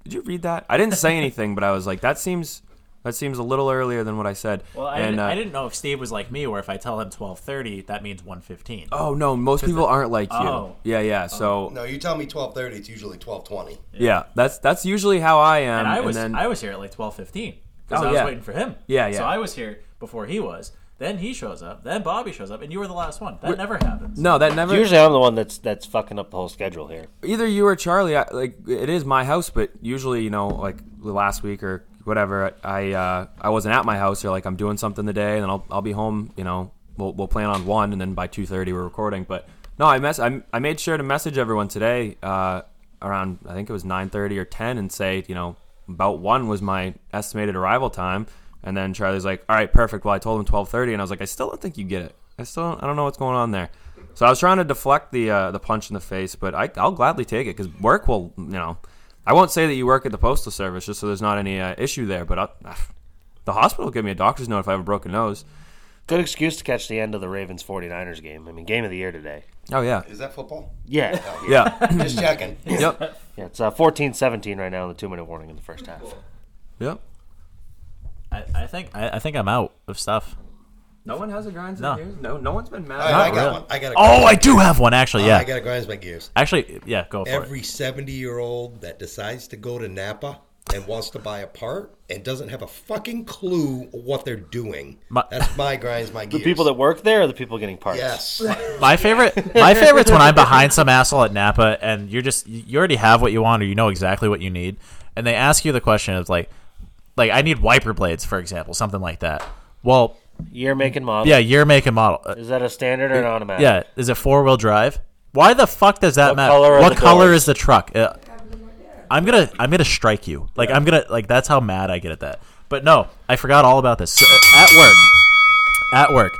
Speaker 2: did you read that? I didn't say anything, but I was like, that seems that seems a little earlier than what I said.
Speaker 11: Well, I,
Speaker 2: and,
Speaker 11: didn't,
Speaker 2: uh,
Speaker 11: I didn't know if Steve was like me, where if I tell him twelve thirty, that means one fifteen.
Speaker 2: Oh no, most people aren't like you.
Speaker 11: Oh.
Speaker 2: Yeah, yeah. So
Speaker 6: No, you tell me twelve thirty. It's usually twelve twenty.
Speaker 2: yeah, that's that's usually how I am.
Speaker 11: and I was
Speaker 2: um, then,
Speaker 11: I was here at like twelve fifteen because
Speaker 2: Oh,
Speaker 11: I was
Speaker 2: yeah.
Speaker 11: waiting for him.
Speaker 2: Yeah, yeah.
Speaker 11: So I was here before he was. Then he shows up. Then Bobby shows up, and you were the last one. That never happens.
Speaker 2: no, that never.
Speaker 1: Usually, I'm the one that's that's fucking up the whole schedule here.
Speaker 2: either you or Charlie, I, like it is my house, but usually you know like the last week or whatever, I uh, I wasn't at my house or like I'm doing something today, and I'll I'll be home. You know, we'll we'll plan on one, and then by two thirty we're recording. But no, I mess I, I made sure to message everyone today uh, around I think it was nine thirty or ten, and say you know about one was my estimated arrival time, and then Charlie's like, all right, perfect. Well, I told him twelve thirty, and I was like, I still don't think you get it. I still don't, I don't know what's going on there. So I was trying to deflect the uh, the punch in the face, but I, I'll gladly take it because work will, you know, I won't say that you work at the postal service just so there's not any uh, issue there. But I'll, the hospital will give me a doctor's note if I have a broken nose.
Speaker 1: Good excuse to catch the end of the Ravens 49ers game. I mean, game of the year today.
Speaker 2: Oh yeah,
Speaker 6: Is that football?
Speaker 1: Yeah.
Speaker 2: yeah,
Speaker 6: Just checking.
Speaker 2: yep,
Speaker 1: yeah it's uh, 14-17 right now in the two-minute warning in the first half.
Speaker 2: yep.
Speaker 11: I, I think I, I think I'm out of stuff.
Speaker 2: No one has a grinds
Speaker 11: No.
Speaker 2: in gears. No, no one's been mad.
Speaker 6: All right, I got
Speaker 11: really.
Speaker 6: one. I got a
Speaker 11: Oh, I do have one actually. Yeah,
Speaker 6: I got to grind my gears.
Speaker 11: actually, yeah. Go for it.
Speaker 6: Every 70 year old that decides to go to Napa and wants to buy a part and doesn't have a fucking clue what they're doing.
Speaker 11: My-
Speaker 6: That's my grinds my
Speaker 1: The
Speaker 6: gears.
Speaker 1: people that work there are the people getting parts.
Speaker 6: Yes.
Speaker 11: My favorite, my favorite's when I'm behind some asshole at Napa, and you're just you already have what you want, or you know exactly what you need, and they ask you the question of like, like I need wiper blades, for example, something like that. Well,
Speaker 1: Year, make, and model.
Speaker 11: yeah, year, make, and model. Uh,
Speaker 1: Is that a standard or an automatic?
Speaker 11: Yeah, is it four wheel drive? Why the fuck does that
Speaker 1: What
Speaker 11: matter?
Speaker 1: color are the
Speaker 11: what color
Speaker 1: doors?
Speaker 11: is the truck? Uh, I'm gonna, I'm gonna strike you. Like I'm gonna, like that's how mad I get at that. But no, I forgot all about this. So, uh, at work, at work,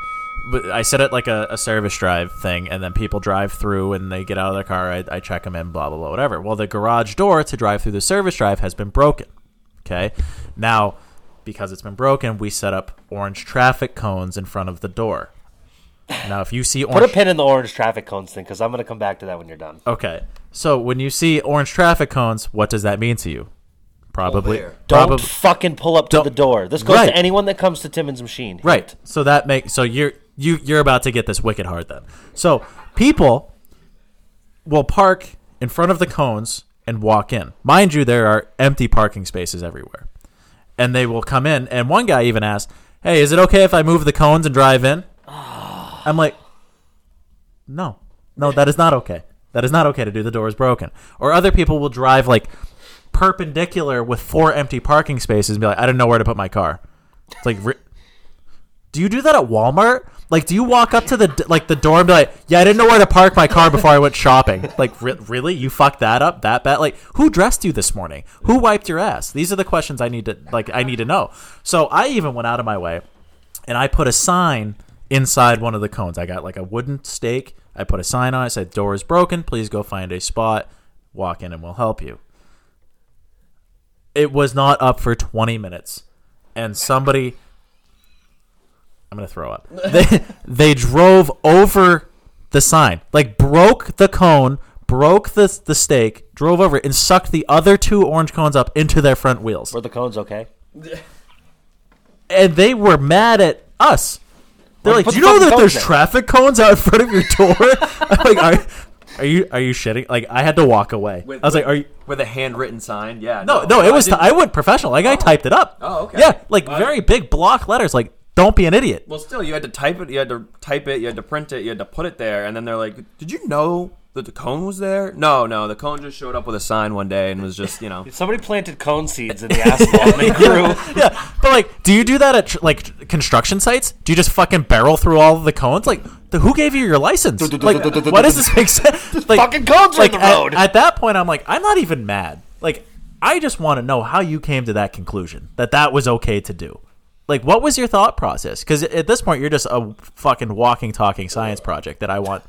Speaker 11: but I set it like a, a service drive thing, and then people drive through and they get out of their car. I, I check them in, blah blah blah, whatever. Well, the garage door to drive through the service drive has been broken. Okay, now because it's been broken, we set up orange traffic cones in front of the door. Now, if you see orange,
Speaker 1: Put a pin in the orange traffic cones thing because I'm going to come back to that when you're done.
Speaker 11: Okay. So when you see orange traffic cones, what does that mean to you? Probably.
Speaker 6: there.
Speaker 1: Don't
Speaker 11: probably
Speaker 1: fucking pull up to
Speaker 11: Don't-
Speaker 1: the door. This goes
Speaker 11: Right.
Speaker 1: to anyone that comes to Timmins Machine.
Speaker 11: right. So that make so you're you you're about to get this wicked hard then. So people will park in front of the cones and walk in. Mind you, there are empty parking spaces everywhere. And they will come in and one guy even asked, Hey, is it okay if I move the cones and drive in? I'm like, No. No, that is not okay. That is not okay to do. The door is broken. Or other people will drive like perpendicular with four empty parking spaces and be like, I don't know where to put my car. It's like, re- do you do that at Walmart? Like, do you walk up to the like the door and be like, "Yeah, I didn't know where to park my car before I went shopping." Like, re- really, you fucked that up that bad? Like, who dressed you this morning? Who wiped your ass? These are the questions I need to like. I need to know. So I even went out of my way, and I put a sign inside one of the cones. I got like a wooden stake. I put a sign on it. Said, "Door is broken. Please go find a spot. Walk in, and we'll help you." It was not up for twenty minutes, and somebody. I'm gonna throw up. They they drove over the sign, like broke the cone, broke the the stake, drove over it, and sucked the other two orange cones up into their front wheels.
Speaker 1: Were the cones okay?
Speaker 11: And they were mad at us. They're like,
Speaker 1: put
Speaker 11: "Do you
Speaker 1: the
Speaker 11: know
Speaker 1: fucking
Speaker 11: that there's
Speaker 1: cones in."
Speaker 11: traffic cones out in front of your door?" I'm like, are, are you are you shitting? Like, I had to walk away. I was like, "Are you?"
Speaker 2: with a handwritten sign. Yeah.
Speaker 11: No, no, it was. I went professional. Like, I typed it up.
Speaker 2: Oh, okay.
Speaker 11: Yeah, like
Speaker 2: Wow.
Speaker 11: very big block letters. Like, don't be an idiot.
Speaker 2: Well, still, you had to type it. You had to type it. You had to print it. You had to put it there, and then they're like, "Did you know that the cone was there?" No, no, the cone just showed up with a sign one day and was just, you know.
Speaker 1: Somebody planted cone seeds in the asphalt and they grew.
Speaker 11: yeah, but like, do you do that at tr- like construction sites? Do you just fucking barrel through all of the cones? Like, the, who gave you your license? Like, why does this make sense? Like,
Speaker 1: fucking cones are in
Speaker 11: like,
Speaker 1: the
Speaker 11: at-
Speaker 1: road.
Speaker 11: At, that point, I'm like, I'm not even mad. Like, I just want to know how you came to that conclusion that that was okay to do. Like, what was your thought process? Because at this point, you're just a fucking walking, talking science project that I want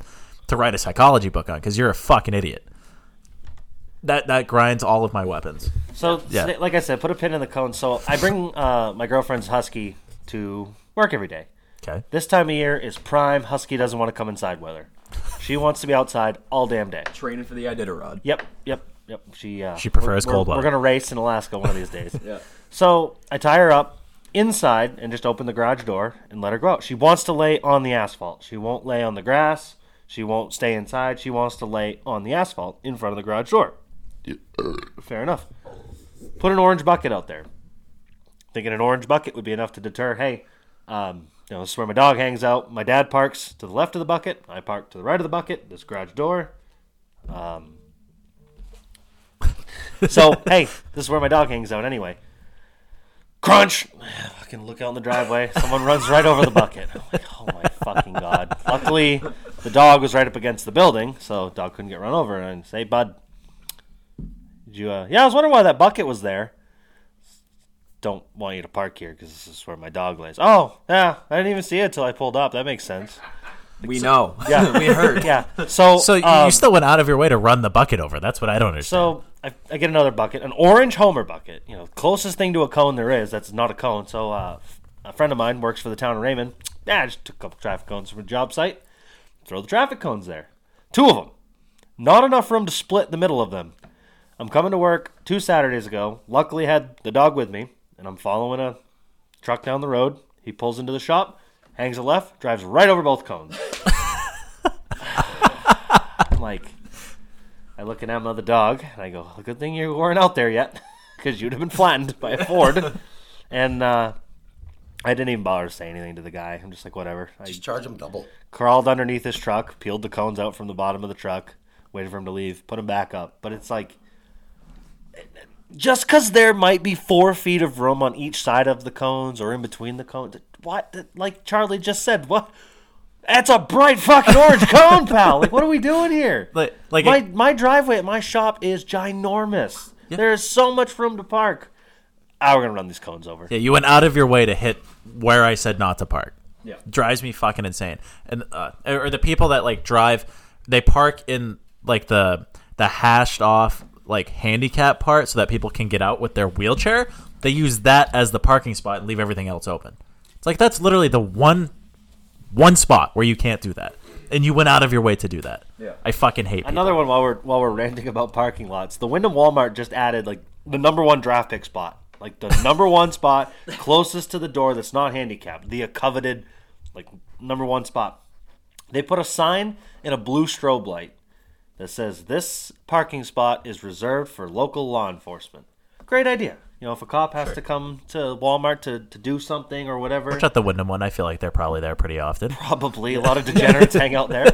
Speaker 11: to write a psychology book on. Because you're a fucking idiot. that that grinds all of my weapons.
Speaker 1: So,
Speaker 11: Yeah.
Speaker 1: s- like I said, put a pin in the cone. So, I bring uh, my girlfriend's husky to work every day.
Speaker 11: Okay.
Speaker 1: This time of year is prime husky doesn't want to come inside weather. She wants to be outside all damn day.
Speaker 2: Training for the Iditarod.
Speaker 1: Yep, yep, yep. She uh,
Speaker 11: She prefers
Speaker 1: we're- we're-
Speaker 11: cold weather.
Speaker 1: We're gonna race in Alaska one of these days. yeah. So I tie her up inside and just open the garage door and let her go out. She wants to lay on the asphalt. She won't lay on the grass. She won't stay inside. She wants to lay on the asphalt in front of the garage door. Fair enough. Put an orange bucket out there. Thinking an orange bucket would be enough to deter. Hey, um, you know, this is where my dog hangs out. My dad parks to the left of the bucket. I park to the right of the bucket. This garage door. Um, so hey, this is where my dog hangs out anyway. Crunch! I can look out in the driveway. Someone runs right over the bucket. I'm like, oh my fucking god! Luckily, the dog was right up against the building, so dog couldn't get run over. And I say, bud, did you? Uh, yeah, I was wondering why that bucket was there. Don't want you to park here because this is where my dog lays. Oh yeah, I didn't even see it until I pulled up. That makes sense.
Speaker 2: We know.
Speaker 1: Yeah,
Speaker 2: we heard.
Speaker 1: Yeah. So
Speaker 11: So you,
Speaker 1: um,
Speaker 11: you still went out of your way to run the bucket over. That's what I don't understand.
Speaker 1: So I, I get another bucket, an orange Homer bucket. You know, closest thing to a cone there is. That's not a cone. So uh, a friend of mine works for the town of Raymond. Yeah, I just took a couple traffic cones from a job site. Throw the traffic cones there. Two of them. Not enough room to split the middle of them. I'm coming to work two Saturdays ago. Luckily had the dog with me, and I'm following a truck down the road. He pulls into the shop, hangs a left, drives right over both cones. I'm like, I look at Emma the dog, and I go, "Good thing you weren't out there yet, because you'd have been flattened by a Ford." and uh, I didn't even bother to say anything to the guy. I'm just like, whatever. I
Speaker 6: Just charge them double.
Speaker 1: crawled underneath his truck, peeled the cones out from the bottom of the truck, waited for him to leave, put him back up. But it's like, just because there might be four feet of room on each side of the cones or in between the cones, what? Like Charlie just said, what? That's a bright fucking orange cone, pal. Like, what are we doing here?
Speaker 11: Like- like
Speaker 1: my
Speaker 11: a-
Speaker 1: my driveway at my shop is ginormous. There is so much room to park. Ah, we're gonna run these cones over.
Speaker 11: yeah, you went out of your way to hit where I said not to park. Yeah, drives me fucking insane. And uh, or the people that like drive, they park in like the the hashed off like handicap part so that people can get out with their wheelchair. They use that as the parking spot and leave everything else open. It's like that's literally the one one spot where you can't do that, and you went out of your way to do that. Yeah, I fucking hate people.
Speaker 1: Another one while we're while we're ranting about parking lots. The Wyndham Walmart just added like the number one draft pick spot, like the number one spot closest to the door that's not handicapped, the coveted like number one spot. They put a sign and a blue strobe light that says this parking spot is reserved for local law enforcement. Great idea. You know, if a cop has to come to Walmart to, to do something or whatever,
Speaker 11: Shut the Wyndham one. I feel like they're probably there pretty often.
Speaker 1: probably a lot of degenerates hang out there.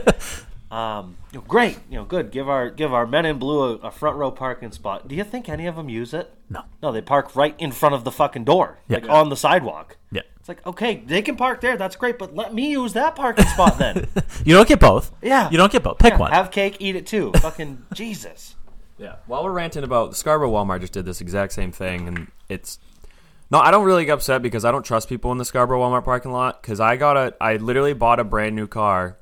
Speaker 1: Um, you know, great, you know, good. Give our give our men in blue a, a front row parking spot. Do you think any of them use it?
Speaker 11: No.
Speaker 1: no, they park right in front of the fucking door,
Speaker 11: Yeah.
Speaker 1: like on the sidewalk.
Speaker 11: Yeah,
Speaker 1: It's like okay, they can park there. That's great, but let me use that parking spot then.
Speaker 11: you don't get both.
Speaker 1: Yeah.
Speaker 11: you don't get both. Pick
Speaker 1: Yeah,
Speaker 11: one.
Speaker 1: Have cake, eat it too. fucking Jesus.
Speaker 2: Yeah. While we're ranting about Scarborough Walmart, just did this exact same thing, and it's no, I don't really get upset because I don't trust people in the Scarborough Walmart parking lot. Because I got a, I literally bought a brand new car,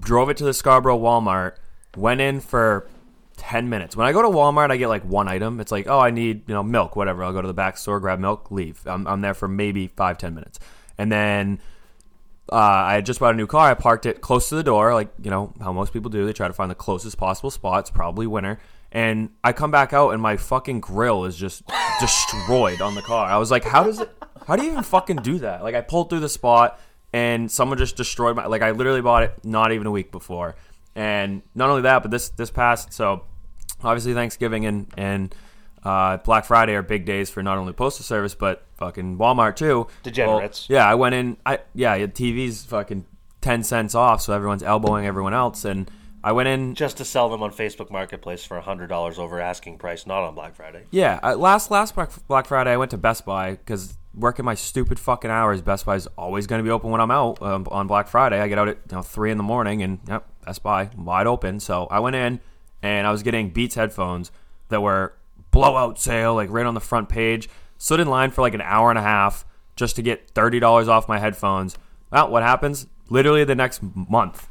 Speaker 2: drove it to the Scarborough Walmart, went in for ten minutes. When I go to Walmart, I get like one item. It's like, oh, I need you know milk, whatever. I'll go to the back store, grab milk, leave. I'm, I'm there for maybe five ten minutes, and then uh, I had just bought a new car. I parked it close to the door, like you know how most people do. They try to find the closest possible spot. It's probably winter. And I come back out, and my fucking grill is just destroyed on the car. I was like, how does it? How do you even fucking do that? Like I pulled through the spot, and someone just destroyed my. Like I literally bought it not even a week before. And not only that, but this this past so obviously Thanksgiving and and uh, Black Friday are big days for not only postal service but fucking Walmart too.
Speaker 1: Degenerates.
Speaker 2: Well, yeah, I went in. I yeah, your TV's fucking ten cents off, so everyone's elbowing everyone else, and I went in.
Speaker 1: Just to sell them on Facebook Marketplace for hundred dollars over asking price, not on Black Friday.
Speaker 2: Yeah, uh, last last Black, Black Friday, I went to Best Buy because working my stupid fucking hours, Best Buy's always going to be open when I'm out um, on Black Friday. I get out at you know, three in the morning, and yep, Best Buy wide open. So I went in, and I was getting Beats headphones that were blowout sale, like right on the front page. Stood in line for like an hour and a half just to get thirty dollars off my headphones. Well, what happens? Literally the next month,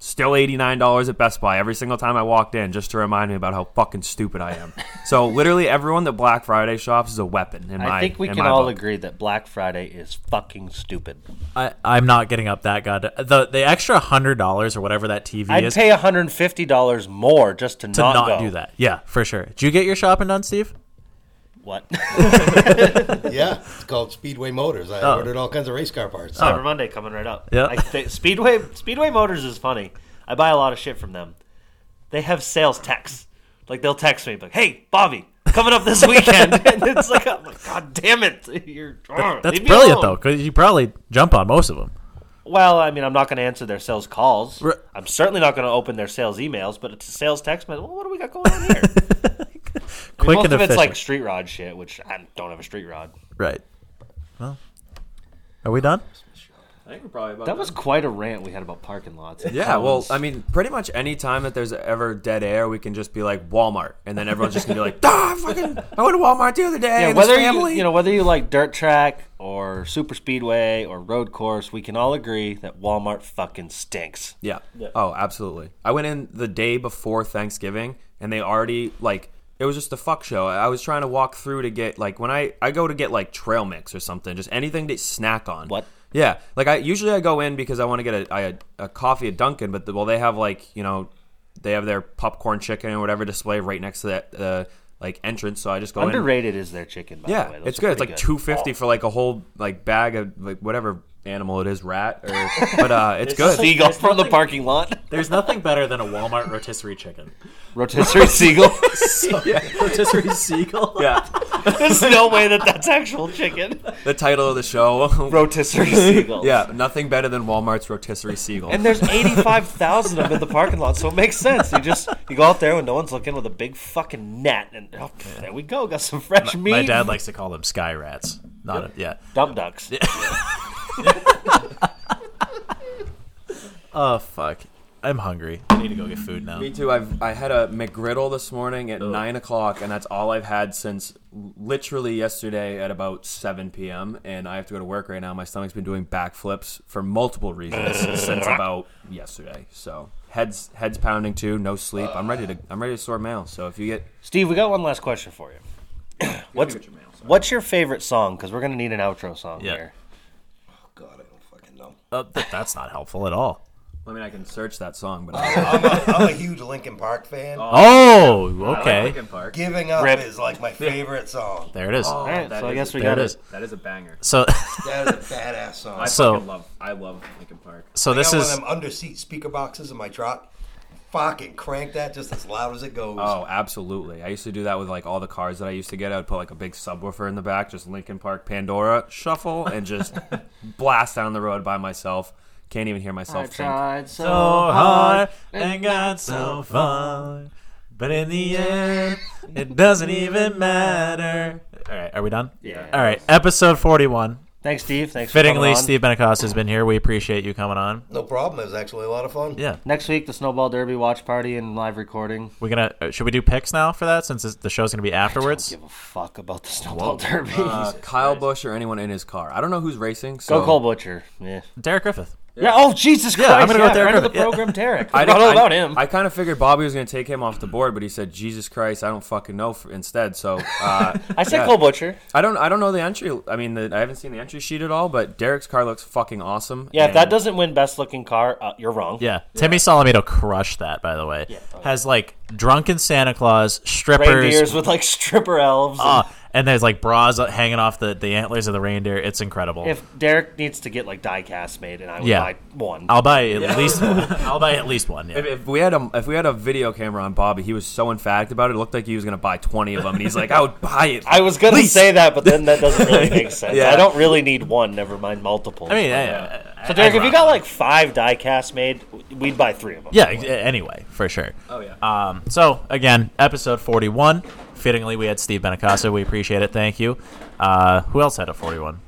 Speaker 2: Still $89 at Best Buy every single time I walked in just to remind me about how fucking stupid I am. so literally everyone that Black Friday shops is a weapon in my
Speaker 1: I think we
Speaker 2: in
Speaker 1: can
Speaker 2: my
Speaker 1: all
Speaker 2: book.
Speaker 1: agree that Black Friday is fucking stupid.
Speaker 11: I, I'm not getting up that god. The the extra hundred dollars or whatever that TV
Speaker 1: I'd
Speaker 11: is
Speaker 1: pay $150 more just to,
Speaker 11: to not,
Speaker 1: go.
Speaker 11: do that. Yeah, for sure. Did you get your shopping done, Steve?
Speaker 1: What?
Speaker 6: yeah, it's called Speedway Motors. I
Speaker 11: Oh.
Speaker 6: ordered all kinds of race car parts.
Speaker 1: Cyber Monday coming right up.
Speaker 11: Yeah.
Speaker 1: I th- Speedway Speedway Motors is funny. I buy a lot of shit from them. They have sales texts. Like they'll text me like, "Hey, Bobby, coming up this weekend." and it's like, I'm like, "God damn it, you're oh,
Speaker 11: That's
Speaker 1: leave me
Speaker 11: brilliant
Speaker 1: alone."
Speaker 11: though, because you probably jump on most of them.
Speaker 1: Well, I mean, I'm not going to answer their sales calls.
Speaker 11: Re-
Speaker 1: I'm certainly not going to open their sales emails, but it's a sales text message. Well, what do we got going on here?
Speaker 11: Quick
Speaker 1: Most
Speaker 11: and
Speaker 1: of
Speaker 11: efficient.
Speaker 1: it's like street rod shit, which I don't have a street rod.
Speaker 11: right. Well, are we done?
Speaker 2: I think we're probably about
Speaker 1: That was quite a rant we had about parking lots.
Speaker 2: Yeah, well, I mean, pretty much any time that there's ever dead air, we can just be like Walmart, and then everyone's just gonna be like, "Ah, fucking, I went to Walmart the other day."
Speaker 1: Yeah,
Speaker 2: and this
Speaker 1: whether you,
Speaker 2: family."
Speaker 1: you know whether you like dirt track or super speedway or road course, we can all agree that Walmart fucking stinks.
Speaker 2: Yeah. Oh, absolutely. I went in the day before Thanksgiving and they already like it was just a fuck show. I was trying to walk through to get like when I I go to get like trail mix or something, just anything to snack on.
Speaker 1: What?
Speaker 2: Yeah. Like I usually I go in because I want to get a, I, a coffee at Dunkin', but the, well they have like, you know, they have their popcorn chicken or whatever display right next to that uh, like entrance, so I just go in.
Speaker 1: Underrated is their chicken. By
Speaker 2: Yeah,
Speaker 1: the way. Those
Speaker 2: it's
Speaker 1: are
Speaker 2: good. It's
Speaker 1: pretty
Speaker 2: like two fifty for like a whole like bag of like whatever animal it is, rat or but uh it's good.
Speaker 1: Seagull from the parking lot.
Speaker 11: There's nothing better than a Walmart rotisserie chicken.
Speaker 1: Rotisserie seagull.
Speaker 11: rotisserie seagull.
Speaker 2: Yeah.
Speaker 1: There's no way that that's actual chicken.
Speaker 2: the title of the show.
Speaker 1: Rotisserie seagull.
Speaker 2: yeah, nothing better than Walmart's rotisserie seagull.
Speaker 1: And there's 85,000 of them in the parking lot, so it makes sense. You just you go out there when no one's looking with a big fucking net, and oh, there we go. Got some fresh meat.
Speaker 11: My dad likes to call them sky rats. Not a, yeah.
Speaker 1: dumb ducks.
Speaker 11: Oh fuck. I'm hungry. I need to go get food now.
Speaker 2: me too. I've I had a McGriddle this morning at nine o'clock, and that's all I've had since literally yesterday at about seven p.m. And I have to go to work right now. My stomach's been doing backflips for multiple reasons since about yesterday. So heads heads pounding too. No sleep. I'm ready to I'm ready to sort mail. So if you get
Speaker 1: Steve, we got one last question for you. What's
Speaker 2: get your mail, sorry.
Speaker 1: What's your favorite song? Because we're gonna need an outro song
Speaker 11: Yeah.
Speaker 1: here.
Speaker 6: God, I don't fucking know.
Speaker 11: Uh, th- that's not helpful at all.
Speaker 2: I mean I can search that song, but I
Speaker 6: I'm a, I'm a huge Linkin Park fan.
Speaker 11: Oh, okay.
Speaker 2: Linkin Park.
Speaker 6: Giving Up
Speaker 1: Rip.
Speaker 6: is like my favorite song.
Speaker 11: there it is.
Speaker 1: All right,
Speaker 2: that
Speaker 1: so I
Speaker 2: is
Speaker 1: guess
Speaker 2: a-
Speaker 1: we
Speaker 11: there
Speaker 1: got
Speaker 11: it
Speaker 1: it.
Speaker 11: is.
Speaker 2: That is a banger.
Speaker 11: So,
Speaker 6: That is a badass song.
Speaker 2: I
Speaker 11: So-
Speaker 2: fucking love I love Linkin Park.
Speaker 11: so this
Speaker 6: I got
Speaker 11: is
Speaker 6: one of them under seat speaker boxes in my truck. Fucking crank that just as loud as it goes.
Speaker 2: Oh, absolutely. I used to do that with like all the cars that I used to get. I would put like a big subwoofer in the back, just Linkin Park Pandora shuffle, and just blast down the road by myself. Can't even hear myself think.
Speaker 1: so
Speaker 11: so hard and got so far, but in the end, it doesn't even matter. All right, are we done?
Speaker 1: Yeah.
Speaker 11: All right, episode forty-one.
Speaker 1: Thanks, Steve. Thanks. for coming
Speaker 11: Fittingly,
Speaker 1: on.
Speaker 11: Steve Benacosta has been here. We appreciate you coming on.
Speaker 6: No problem. It was actually a lot of fun.
Speaker 11: Yeah,
Speaker 1: Next week, the Snowball Derby watch party and live recording.
Speaker 11: we're gonna. uh, Should we do picks now for that since this- the show's gonna be afterwards?
Speaker 1: Don't give a fuck about the Snowball Derby.
Speaker 2: Uh, Kyle Bush or anyone in his car. I don't know who's racing. So
Speaker 1: Go Cole Butcher. Yeah.
Speaker 11: Derek Griffith.
Speaker 1: Yeah. Oh Jesus Christ!
Speaker 11: I'm gonna go with Derek
Speaker 1: friend of the
Speaker 11: Griffin. Yeah.
Speaker 1: program, Derek. I
Speaker 2: I
Speaker 1: don't
Speaker 2: didn't-
Speaker 1: know
Speaker 2: I-
Speaker 1: about him.
Speaker 2: I kind of figured Bobby was going to take him off the board, but he said, "Jesus Christ, I don't fucking know." f instead, so uh,
Speaker 1: I said
Speaker 2: yeah.
Speaker 1: Cole Butcher.
Speaker 2: I don't. I don't know the entry. I mean, the, I haven't seen the entry sheet at all. But Derek's car looks fucking awesome.
Speaker 1: Yeah, if
Speaker 2: and-
Speaker 1: that doesn't win best looking car, uh, you're wrong.
Speaker 11: Yeah. Timmy Solomito crushed that, by the way. Has like drunken Santa Claus, strippers,
Speaker 1: Reindeers with like stripper elves. and-
Speaker 11: uh, and there's like bras hanging off the, the antlers of the reindeer. It's incredible.
Speaker 1: if Derek needs to get like die cast made, and I would
Speaker 11: Yeah.
Speaker 1: buy one.
Speaker 11: I'll buy at least one. I'll buy at least one. Yeah.
Speaker 2: If, if we had a if we had a video camera on Bobby, he was so emphatic about it. It looked like he was gonna buy twenty of them, and he's like, "I would buy it."
Speaker 1: I was gonna say that, but then that doesn't really make sense.
Speaker 2: Yeah.
Speaker 1: I don't really need one, never mind multiple.
Speaker 11: I mean, yeah,
Speaker 1: so Derek, if you got like five die casts made, we'd buy three of them.
Speaker 11: yeah. ex- Anyway, for sure. Oh yeah. Um. So again, episode forty-one. Fittingly, we had Steve Benacasa. We appreciate it. Thank you. Uh, who else had a forty-one?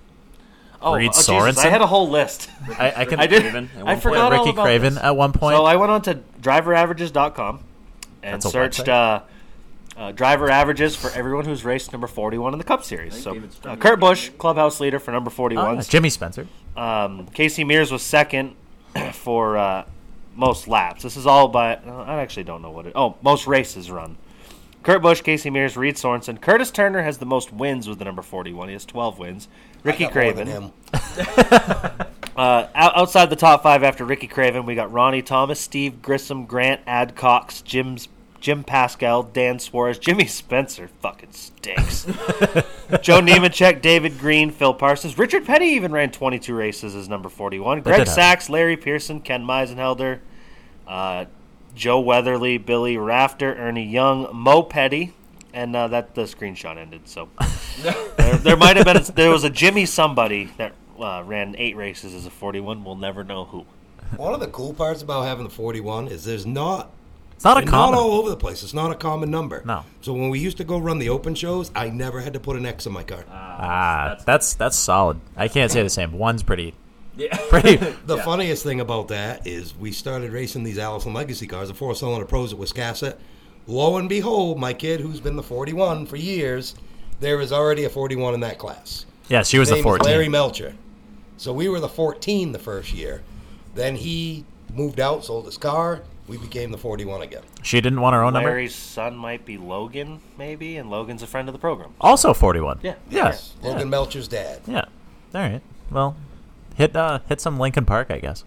Speaker 1: Oh,
Speaker 11: Reed
Speaker 1: oh, Jesus,
Speaker 11: Sorensen?
Speaker 1: I had a whole list.
Speaker 11: I, I can.
Speaker 1: I did.
Speaker 2: Craven at
Speaker 1: I
Speaker 2: one
Speaker 1: forgot all
Speaker 11: Ricky
Speaker 1: about
Speaker 11: Craven
Speaker 1: this.
Speaker 11: at one point.
Speaker 1: So I went on to driveraaverages.com and
Speaker 11: That's a
Speaker 1: searched uh, uh, driver averages for everyone who's raced number 41 in the Cup Series. So uh, Kurt Busch, clubhouse leader for number
Speaker 11: Uh,
Speaker 1: 41.
Speaker 11: Jimmy Spencer.
Speaker 1: Um, Casey Mears was second for uh, most laps. This is all by I actually don't know what it. Oh, most races run. Kurt Busch, Casey Mears, Reed Sorensen, Curtis Turner has the most wins with the number forty-one. He has twelve wins. Ricky
Speaker 6: got more
Speaker 1: Craven.
Speaker 6: than him.
Speaker 1: Uh, out, outside the top five after Ricky Craven, we got Ronnie Thomas, Steve Grissom, Grant Adcox, Jim's, Jim Pascal, Dan Suarez, Jimmy Spencer. Fucking stinks. Joe Nemechek, David Green, Phil Parsons, Richard Petty even ran 22 races as number 41.
Speaker 11: did
Speaker 1: Greg
Speaker 11: happen.
Speaker 1: Sachs, Larry Pearson, Ken Meisenhelder, uh, Joe Weatherly, Billy Rafter, Ernie Young, Mo Petty, and uh, that the screenshot ended. So there, there might have been there was a Jimmy somebody that uh, ran eight races as a 41. We'll never know who.
Speaker 6: One of the cool parts about having the 41 is there's not
Speaker 11: It's not a
Speaker 6: they're not
Speaker 11: common.
Speaker 6: all over the place. It's not a common number.
Speaker 11: No.
Speaker 6: So when we used to go run the open shows, I never had to put an X on my card.
Speaker 11: ah, that's that's solid. I can't say the same. One's pretty. Yeah. Pretty.
Speaker 6: The funniest thing about that is we started racing these Allison Legacy cars, the four cylinder pros at Wiscasset. Lo and behold, my kid, who's been the 41 for years, there is already a 41 in that class.
Speaker 11: Yeah, she was
Speaker 6: His
Speaker 11: the
Speaker 6: name is
Speaker 11: 14.
Speaker 6: Larry Melcher. So we were the 14 the first year. Then he moved out, sold his car. We became the 41 again.
Speaker 11: She didn't want her own number.
Speaker 1: Larry's son might be Logan, maybe, and Logan's a friend of the program.
Speaker 11: Also 41.
Speaker 1: Yeah.
Speaker 11: Yes.
Speaker 6: Logan Melcher's dad.
Speaker 11: Yeah. All right. Well, hit uh, hit some Lincoln Park, I guess.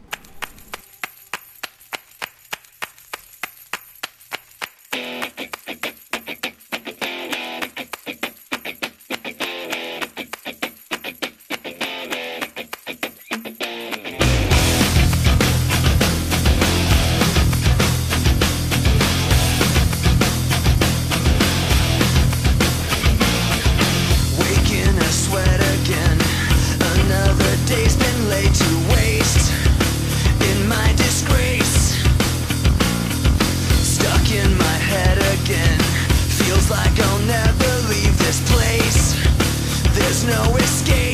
Speaker 12: Waking a sweat again. Another day's been laid to waste in my disgrace. Stuck in my head again. Feels like I'll never leave this place. There's no escape.